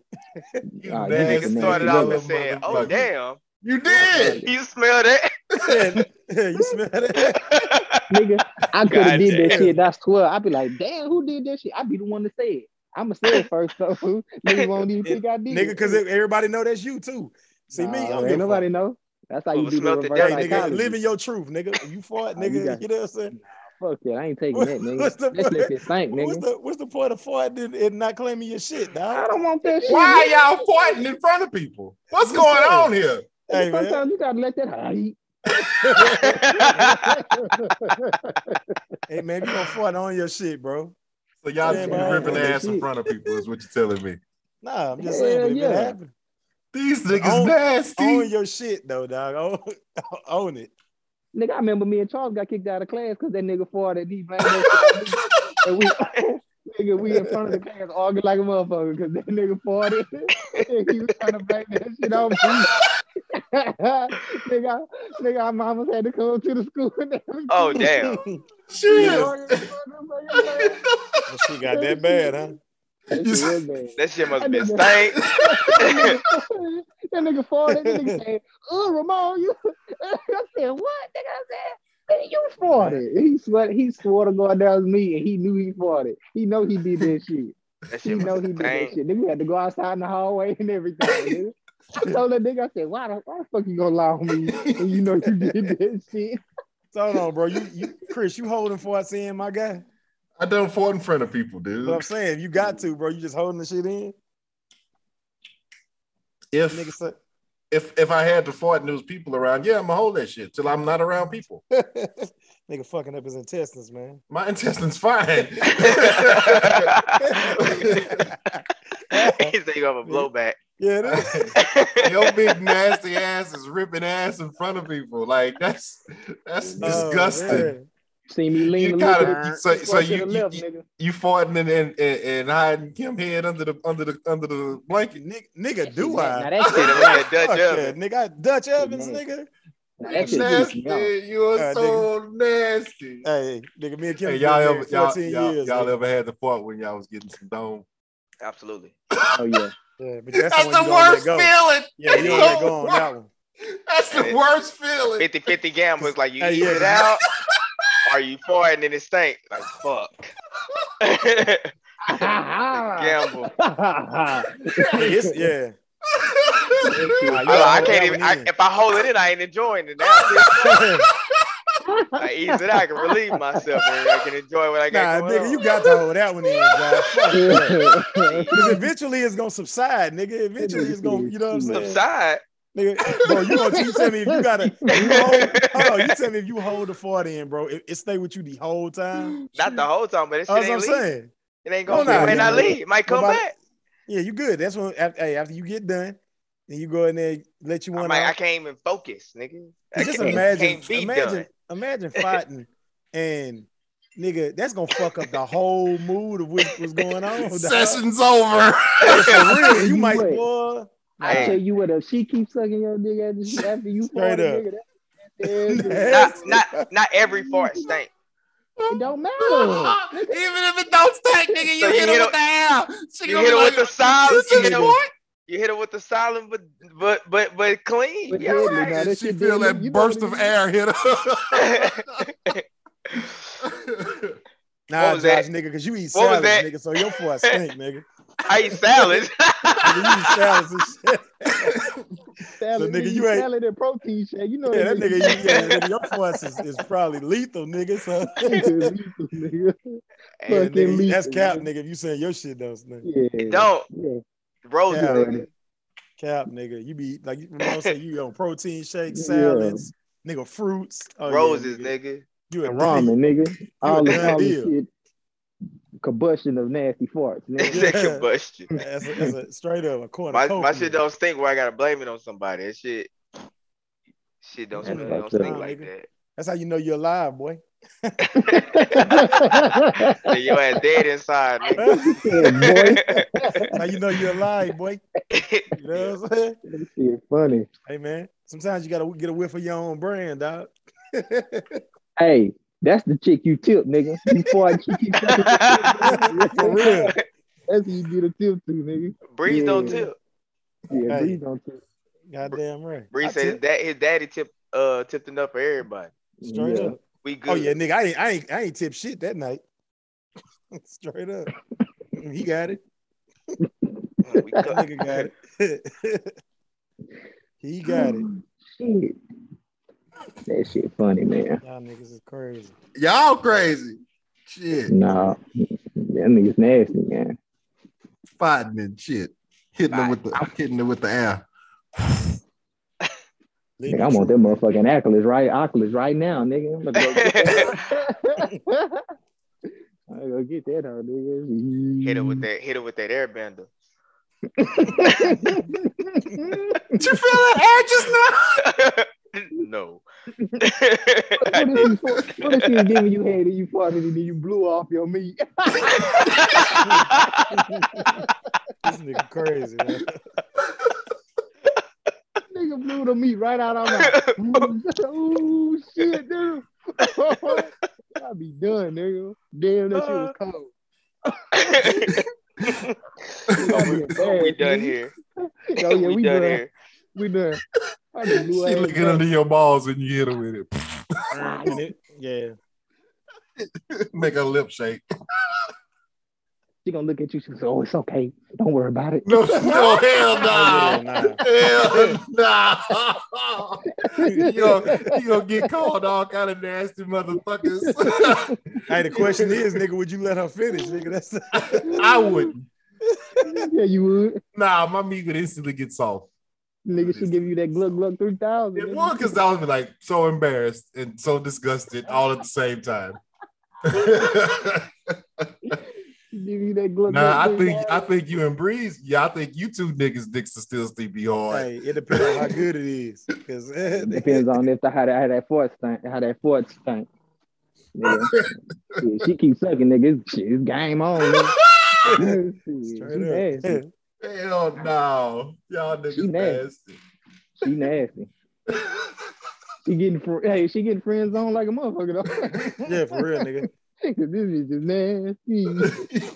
You Nah, you nasty just a Nigga nasty started off brother. and said, "Oh motherfucker. damn, You Motherfucker. did. you smell that?" Yeah, you smell that? nigga. I could God have did that damn. shit. That's twelve. I'd be like, damn, who did that shit? I'd be the one to say it. I'ma say it first, so who nigga won't even think I did. nigga, because everybody know that's you too. See me, I Nah, don't ain't give a fuck. nobody know. That's how Whoever you do the smelt it, reverse Hey, that nigga, psychology. live in your truth, nigga. You fart, Nah, you nigga. got- You know what I'm saying? Fuck that. I ain't taking that, nigga. What's the Especially if point? it stank, What's nigga. the what's the point of farting and, and not claiming your shit, I dog? don't want that shit. Why nigga. are y'all fighting in front of people? What's Just going saying. on here? Hey man, Sometimes you gotta let that hide. nigga. hey man, if you gonna fart on your shit, bro. So y'all Yeah, just be man. ripping Yeah, ass in shit. front of people is what you're telling me. Nah, I'm just Hell saying, but if it yeah. happened, These niggas Own- own nasty. your shit though, dog. Own, own it. Nigga, I remember me and Charles got kicked out of class because that nigga farted. and He blamed that shit on me. And we, nigga, we in front of the class arguing like a motherfucker because that nigga farted. and he was trying to blame that shit on me. nigga, I- nigga, our mamas had to come to the school and everything. oh damn. Shit. Arguing with us, Well, she got that bad, huh? nigga, man. That shit was bad. That shit must That be a nigga- stank. that nigga- that nigga farted. That nigga said, "Oh, Ramon, you." I said, "What?" Nigga, I said, "Man, "You farted." He sweat. He swore to God that was me, and he knew he farted. He know he did that shit. That He shit know must he be did that shit. stank. Nigga had to go outside in the hallway and everything. Nigga. I told that nigga, I said, "Why the why the fuck you gonna lie on me? And you know you did that shit." So hold on, bro. You you Chris, you holding farts in, my guy. I done fought in front of people, But I'm dude. saying, if you got to, bro, you just holding the shit in. Nigga If said, if if I had to fart and there was people around, yeah, I'm gonna hold that shit till I'm not around people. nigga fucking up his intestines, man. My intestines fine. He's thinking of a blowback. Yeah, it is. Your big nasty ass is ripping ass in front of people. Like that's that's Oh, disgusting. man. See me lean You a little gotta- bit. so- so Swat to you- the you- left, you- nigga. You farting and and, and and hiding Kim head under the under the under the blanket. Nigga, nigga That shit do na- I? Now That that shit shit look nasty. like Dutch Fuck yeah, oven. nigga. I- Dutch Evans, man. nigga. Now that shit really nasty. me off. You are Uh, so nasty. Hey, nigga, me and Kim Hey, been y'all ever married y'all, 14 y'all, years. y'all nigga. ever had the fart when y'all was getting some dome? Absolutely. Oh yeah. Yeah, but that's, That's the, one the you don't let worst go. feeling. Yeah, you don't let go on that one. That's the Hey. worst feeling. 50 50 gamble. It's like you Hey, eat yeah. it out, or you for it and then it stink. Like, fuck. Gamble. Yeah, it's- yeah. Nah, you I, I gotta can't hold even. I, that if I hold it in, I ain't enjoying it now. one in. I ease it. out, I can relieve myself. And I can enjoy what I got nah, going nigga, on. you got to hold that one in, Josh. Fuck that. That's Because eventually it's gonna subside, nigga. Eventually it's gonna, you know what I'm saying? Subside. Nigga, bro, you gonna you tell me if you gotta you hold, hold on, you tell me if you hold the fart in, bro, it, it stay with you the whole time. Not the whole time, but it shit That's ain't what I'm leave. saying. It ain't No, gonna. nah, it may nah. not leave. It might come Nobody- back. Yeah, you good. That's when af- hey, after you get done, then you go in there, let you I, one might, I out. can't even focus, nigga. I Just can't- imagine, can't be imagine, done. imagine fighting and nigga, that's gonna fuck up the whole mood of what, what's going on. dog. Session's over. For real, you You might right. boy. I Hey. tell you what, if she keeps sucking your dick after, she, after you Straight farted, nigga, up. that- that- Not, not, Yes. not every fart stink. it don't matter. Even if it don't stink, nigga, you So hit it with the L. She gonna be You hit it like, with the sound. this You is hit it, what? you hit it with the silent, but but but but clean. But Yeah, deadly, right. now, that she shit feel deadly. that You know burst what of it air hit I her. Nah, was that? Josh, nigga, because you eat What was salads, that? nigga, so your fart stink, nigga. eat salads. Nigga, you eat salads and shit. is. Salad, nigga, nigga, you you ain't- salad and protein shake. You know Yeah, that that nigga, eat- yeah, nigga your fart is, is probably lethal, nigga. So nigga, lethal, nigga. Yeah, Hey, Fucking nigga, you- that's lethal, cap, man. nigga. If you saying your shit don't stink. Yeah. don't Yeah. roses. Yeah. nigga. Cap, nigga. You be like you Ramon said, you on protein shakes, Yeah. salads, nigga, fruits. Oh, yeah, Roses, nigga. nigga. You a And ramen. ramen, nigga. All the done all the deal. shit. Combustion of nasty farts, It's nigga. a combustion. That's a, that's a straight up a quarter. My, my shit don't stink where I gotta blame it on somebody. That shit, shit don't, Yeah, smell- that's don't stink it. like Nigga. that. That's how you know you're alive, boy. And your ass dead inside, nigga. That's Shit, boy. how you know you're alive, boy. You know what I'm saying? That shit funny. Hey man, sometimes you gotta get a whiff of your own brand, dog. Hey, that's the chick you tip, nigga. You fart, she keep sucking your dick, For nigga. real. That's who you get a tip to, nigga. Breeze don't Yeah. tip. Yeah, Hey. please don't tip. Goddamn right. I Breeze said his, tip. dad, his daddy tipped uh tipped enough for everybody. Straight Yeah. up. We good. Oh yeah, nigga. I ain't I ain't I ain't tip shit that night. Straight up. Mm, He got it. We That good. nigga got it. he got it. Shit. That shit funny, man. Y'all niggas is crazy. Y'all crazy. Shit. Nah. That nigga's nasty, man. Fighting and shit. Hitting her with the hitting her with the air. Nigga, I want that motherfucking Oculus right, Oculus right now, nigga. I'm gonna go get that. I go get that out, nigga. Hit her with that. Hit her with that airbender. Did you feel that no. What if, she, fart- what if she was giving you head and you farted and then you blew off your meat? This nigga crazy. Man. nigga blew the meat right out of my mouth. Ooh, shit, dude. I'd be done, nigga. Damn, that shit Uh, was cold. Oh, Are we, are we done here? Oh, yeah, we, we, done, done. here. We done. I just now? done blew She her looking ass under your balls and you hit her with it. And it- yeah. Make her lip shake. She gonna look at you. She says, "Oh, it's okay. Don't worry about it." No, no, hell Oh, no. yeah, nah. Hell no. you gonna, you gonna get called all kind of nasty motherfuckers. Hey, the question is, nigga, would you let her finish, nigga? That's I wouldn't. yeah, you would. Nah, my meat would instantly get soft. Nigga, she give you that gluck gluck three thousand. It would because I would be like so embarrassed and so disgusted all at the same time. She give you that gluck nah, I gluck. think I think you and Breeze, yeah, I think you two niggas dicks are still sleepy hard. hey, it depends on how good it is. Cause it depends on if the, how that how that fart stank, how that fart stank. Nigga. Shit, she keeps sucking, nigga. It's, shit, it's game on. Nigga. Shit, she straight nasty. up. Hell no, y'all She niggas nasty. nasty. She nasty. She getting fr- hey, she getting friends on like a motherfucker though. Yeah, for real, nigga. Nigga, this is just nasty.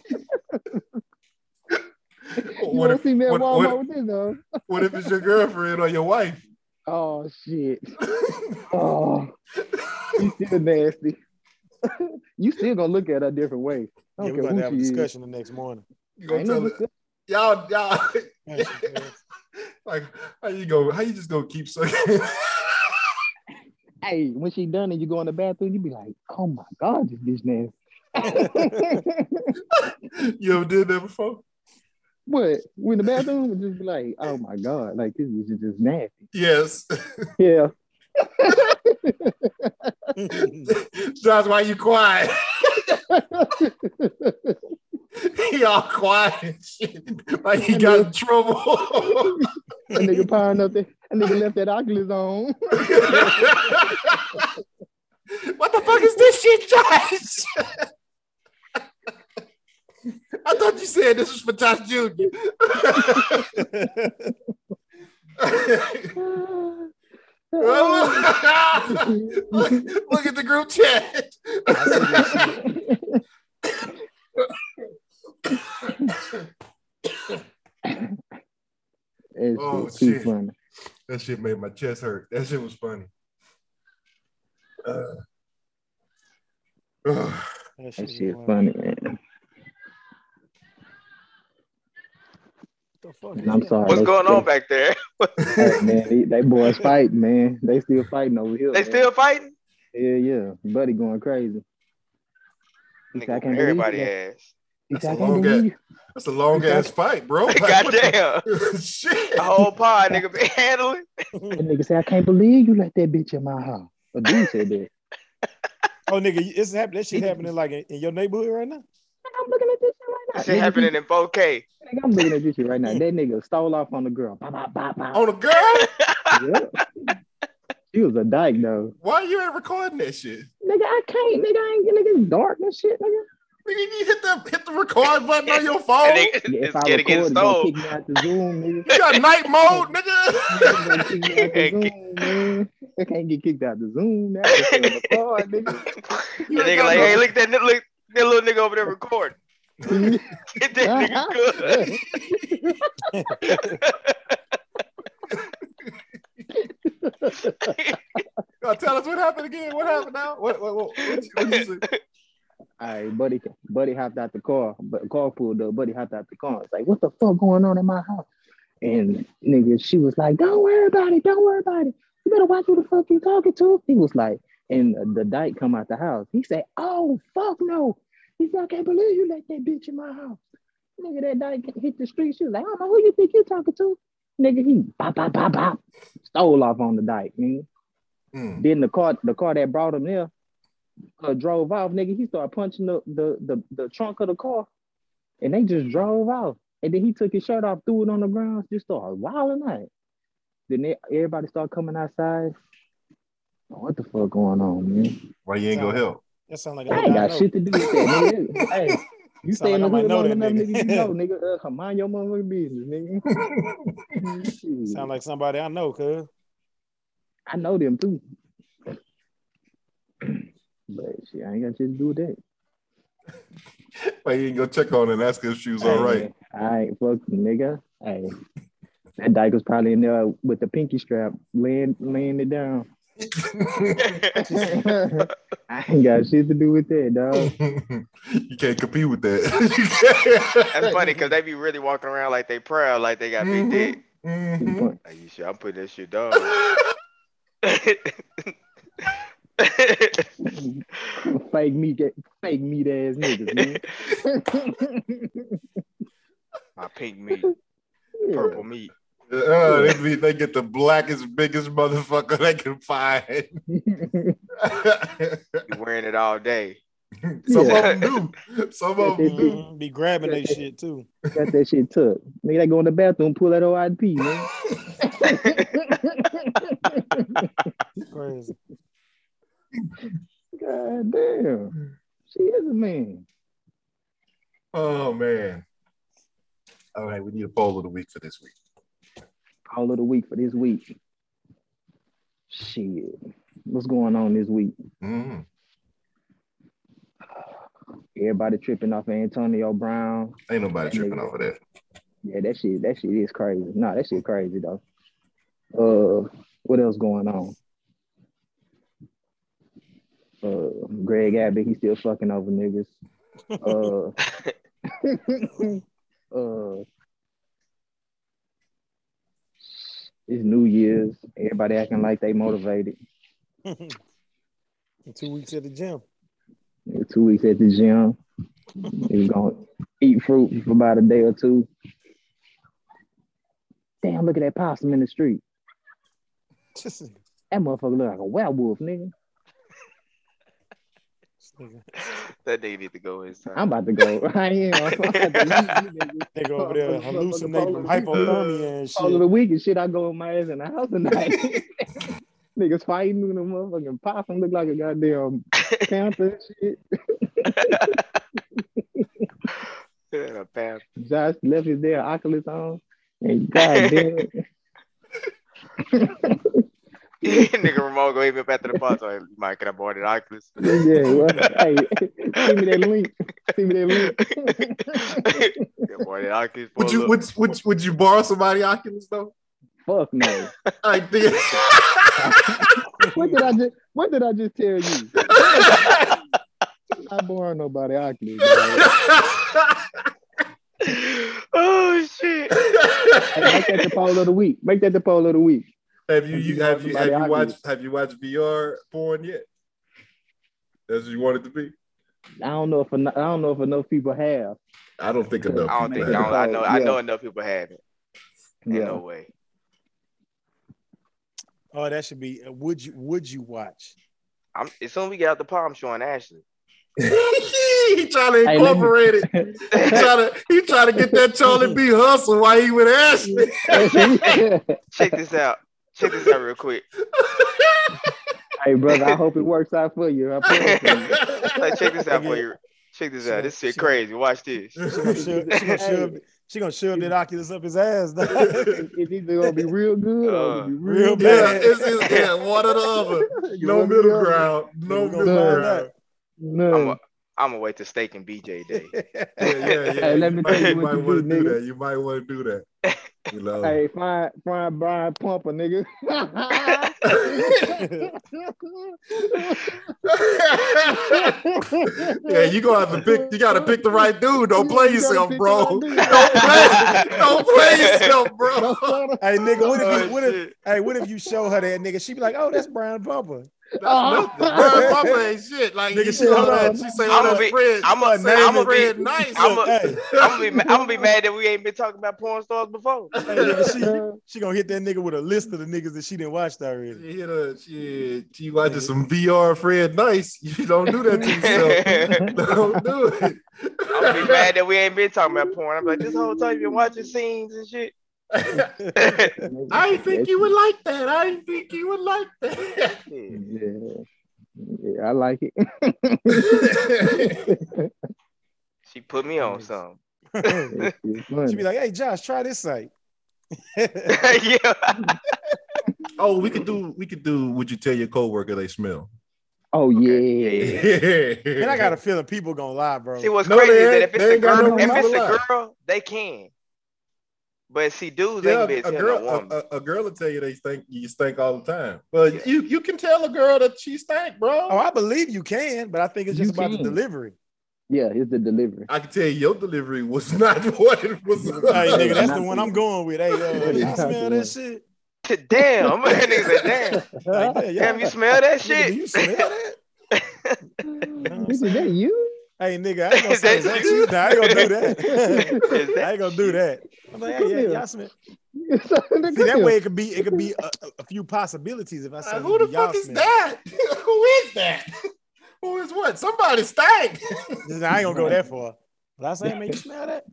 what, don't if, see me at what- Walmart what- with this though. what if it's your girlfriend or your wife? Oh shit. Oh, you still nasty. you still gonna look at her a different way. I Yeah, don't we're gonna care have a who she is. discussion the next morning. you I gonna ain't tell no it. discuss- Y'all, y'all, Yeah, she- yeah. like, how you go? How you just gonna keep sucking? Hey, when she done and you go in the bathroom, you be like, oh my god, this bitch nasty. you ever did that before? but we in the bathroom and just be like, oh my god, like this bitch is just nasty. Yes. Yeah. Josh, why you quiet? Y'all quiet and shit. Like you got in trouble. That nigga powering up there. That nigga left that Oculus on. what the fuck is this shit, Josh? I thought you said this was for Josh Jr. look, look at the group chat. I see that shit. It's Oh, too shit. funny. that shit made my chest hurt. That shit was funny. Uh, ugh. That shit That is shit wild. funny, man. The fuck And is I'm that? sorry. What's they- going on back there? Hey, man, they, they boys fighting, man. They still fighting over here. They man. still fighting? Yeah, yeah. Buddy going crazy. He said, I Nigga, can't everybody believe ass. you. He That's said, I a can't long believe you. That's a long ass fight, bro. Like, what the- Goddamn. Oh, shit. The whole pod nigga be handling. That nigga said, I can't believe you let that bitch in my house. A dude said that. Oh nigga, it's happening. That shit happening like in, in your neighborhood right now. I'm looking at this shit right now. That shit happening in 4K. Nigga, I'm looking at this shit right now. That nigga stole off on the girl. Bah, bah, bah, bah. Oh. On a Oh, girl? Yep. She was a dyke though. Why you ain't recording that shit? Nigga, I can't. Nigga, I ain't nigga it's dark and shit, nigga. Nigga, you hit the hit the record button on your phone. And they, Nigga, Oh. If it's I scared to get record, it gonna stole. kick me out the Zoom, nigga. You got night mode, Nigga nigga. gonna kick me out the Zoom, man. I can't get kicked out the Zoom now. I can't record, the nigga. nigga like, hey, look that look that little nigga over there recording. Get that Uh-huh. nigga good. Uh, tell us what happened again. What happened now? What what what, what, you- what you say? All right, buddy, buddy hopped out the car, but the car pulled up. Buddy hopped out the car. It's like, what the fuck going on in my house? And nigga, she was like, don't worry about it, don't worry about it. You better watch who the fuck you talking to. He was like, and the, the dyke come out the house. He said, oh fuck no. He said, I can't believe you let that bitch in my house. Nigga, that dyke hit the street. She was like, I don't know who you think you talking to. Nigga, he bop bop bop bop stole off on the dyke, man. Mm. Then the car, the car that brought him there, uh, drove off. Nigga, he started punching the, the the the trunk of the car, and they just drove off. And then he took his shirt off, threw it on the ground, just started wilding out. Then they, everybody started coming outside. What the fuck going on, man? Why you ain't gonna help? That sound like I nigga ain't I got know. shit to do with that, nigga. hey, you Sound stay in the like I hood might know long that enough, nigga. nigga. You know, nigga. Uh, come mind your motherfucking business, nigga. Shit. Sound like somebody I know, cuz. I know them too. But shit, I ain't got shit to do with that. Why you ain't gonna check on her and ask her if she was Hey, all right? All right, fuck nigga. Hey. That dyke was probably in there with the pinky strap, laying laying it down. I ain't got shit to do with that, dog. you can't compete with that. That's funny because they be really walking around like they proud, like they got Mhm. Mm-hmm. big dick. Mhm. Like you sure I'm putting that shit down. fake meat, fake meat ass niggas, man. My pink meat, purple meat. Uh, they, be, they get the blackest, biggest motherfucker they can find. You wearing it all day. Some Yeah. of them do. Some of them do. Mhm, Be grabbing that shit too. Got that shit took. Nigga, they go in the bathroom, pull that OIP, man. Crazy. God damn. She is a man. Oh man. All right, we need a poll of the week for this week. All of the week for this week. Shit. What's going on this week? Mm. Everybody tripping off of Antonio Brown. Ain't nobody tripping off of that. Yeah, that shit, that shit is crazy. Nah, that shit crazy though. Uh, what else going on? Uh, Greg Abbott, he still fucking over niggas. Uh, uh, it's New Year's. Everybody acting like they motivated. Two weeks at the gym. Yeah, Two weeks at the gym. He's gonna eat fruit for about a day or two. Damn, look at that possum in the street. This That motherfucker look like a werewolf, nigga. nigga, that nigga need to go his time. I'm about to go. I am. I'm about to leave you, nigga. nigga over there Motherfucker, hallucinating from motherfucker. hypothermia and All of shit. the weekend shit, I go with my ass in the house tonight. Niggas fighting in the motherfucking possum look like a goddamn panther and shit. Yeah, a pass. Josh left his damn Oculus on. And goddamn, nigga Ramon go hit me up after the pod. So, hey, Mike, can I borrow that Oculus? yeah, well, hey, send me that link. Send me that link. Can I borrow that Oculus for a Would you little- would, would, would you borrow somebody Oculus though? Fuck no. I did. What did I just? What did I just tell you? I'm not borrowing nobody Oculus. dog. oh shit! Hey, make that the poll of the week. Make that the poll of the week. have you, you have you have you Somebody watched have you watched VR porn yet? That's what you want it to be. I don't know if en- I don't know if enough people have. I don't think enough. I don't think I, people have. don't, I know. I Yeah. know enough people have it. Ain't Yeah. no way. Oh, that should be. uh, Would you? Would you watch? I'm, as soon as we get out the pod, I'm showing Ashley. he trying to Hey, let me- incorporate it. He trying to he trying to get that Charlie B hustle while he with Ashley. hey Check this out. Check this out real quick. brother, I hope it works out for you. I promise you. Like, check this out for you. Check this She out. gonna- This shit she gonna- crazy. Watch this. She gonna shove, she gonna shove, she gonna shove that Oculus up his ass. dog. It's it's either gonna be real good or Uh, it'll be real, Real yeah, bad. it's, it's yeah, one or the other. You No wanna be middle real? ground. No We gonna middle find ground. out. I'm No. a, I'm gonna wait to steak and BJ day. Yeah, yeah, yeah. Hey, let me might, tell you what might you wanna do, do nigga. that. You might want to do that. You know. Hey, find find Brian Pumper, nigga. yeah, you gonna have to pick. You gotta pick the right dude. Don't Yeah, play you gotta yourself, pick bro. the Don't right play. Don't play yourself, Don't bro. start a- Hey nigga, what if Oh, you, what if shit. hey what if you show her that nigga? She be like, oh, that's Brian Bumper. That's Uh-uh. nothing. Brian Pumper ain't shit. Like Nigga, you she say all hold that. on. She say all I'ma that be- Fred. I'ma- say that I'ma be- Fred nice. I'ma- Hey, I'm gonna be ma- I'm gonna be mad that we ain't been talking about porn stars before. hey, nigga, she, she gonna hit that nigga with a list of the niggas that she didn't watch already. She hit a she, she watching some VR Fred nice. You don't do that to yourself. I'm don't do it. gonna be mad that we ain't been talking about porn. I'm like, this whole time you been watching scenes and shit. I didn't think you would like that. I didn't think you would like that. Yeah. Yeah, yeah I like it. She put me on some. she It's, it's funny. be like, hey Josh, try this site. yeah. oh, we could do. We could do. Would you tell your coworker they smell? oh yeah. yeah, yeah. And and I got a feeling people gonna lie, bro. See, what's No, crazy they is that ain't- if it's they a ain't got girl, no if it's mouth. a girl, they can. But see, dudes Yeah, ain't been a telling girl, a woman. a, a, a girl will tell you they stink. You stink all the time. But Yeah. you, you can tell a girl that she stink, bro. oh, I believe you can, but I think it's You just about the can. delivery. Yeah, it's the delivery. I can tell you your delivery was not what it was. Hey nigga, that's the Not one the I'm one. going with. Hey, uh, I Not the smell one. that shit. Damn, that nigga said, damn, Like, yeah, damn, you y'all- smell that nigga, do shit? you smell that? Is that you? Hey nigga, I ain't gonna say That's that you. you. Nah, I ain't gonna do that. Is that I ain't gonna do that. I'm like, Come hey, yeah, here. y'all smell. See, that that way it could be it could be a, a, a few possibilities if I say Like, who the y'all fuck is smell. that? who is that? Who is what? Somebody stank. Nah, I ain't gonna go that far. But I say, man, you smell that?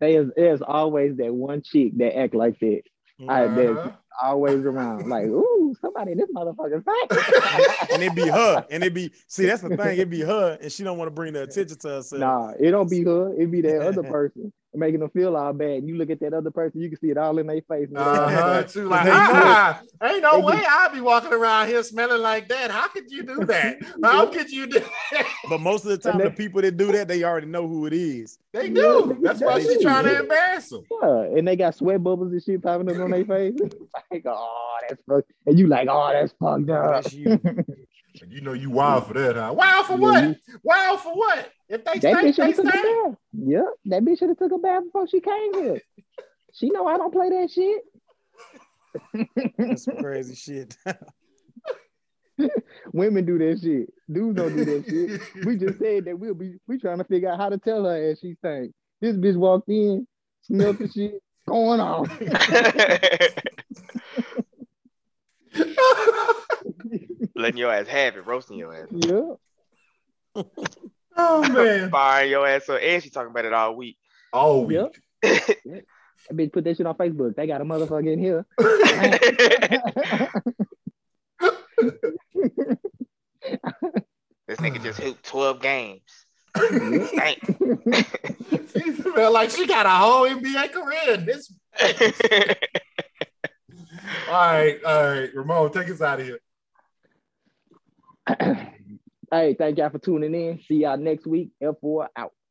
There's, there's always that one chick that act like that. I- Mm. bet. Always around. Like, ooh, knew somebody in this motherfucker's pocket. Nah, and it be her, and it be see that's the thing. It be her, and she don't want to bring the attention to herself. nah, it don't be her. It be that other person making them feel all bad. You look at that other person, you can see it all in their face. uh-huh. She was like, They ah, ain't no They way I'd be walking around here smelling like that. How could you do that? How could you do that? But most of the time, And the they- people that do that, they already know who it is. They Yeah, do. they That's why do. she's trying to embarrass him. Yeah, and they got sweat bubbles and shit popping up on their face. like, oh, that's fucked. And you like, oh, that's fucked up. That's you. You know you wild for that, huh? Wild for Yeah, what? you- Wild for what? If they That stink, bitch should they have took a stink. bath. Yeah, that bitch should have took a bath before she came here. She know I don't play that shit. That's some crazy shit. Women do that shit. Dudes don't do that shit. We just said that we'll be we trying to figure out how to tell her as she think. This bitch walked in, smelled the shit going on. Letting your ass have it, roasting your ass, yeah. oh man. firing your ass up, and she talking about it all week. All week. Yep. That bitch put that shit on Facebook. They got a motherfucker in here. this nigga just hooped twelve games. Dang. she felt like she got a whole NBA career. in This all right, all right, Ramon, take us out of here. hey, thank y'all for tuning in. See y'all next week. F4 out.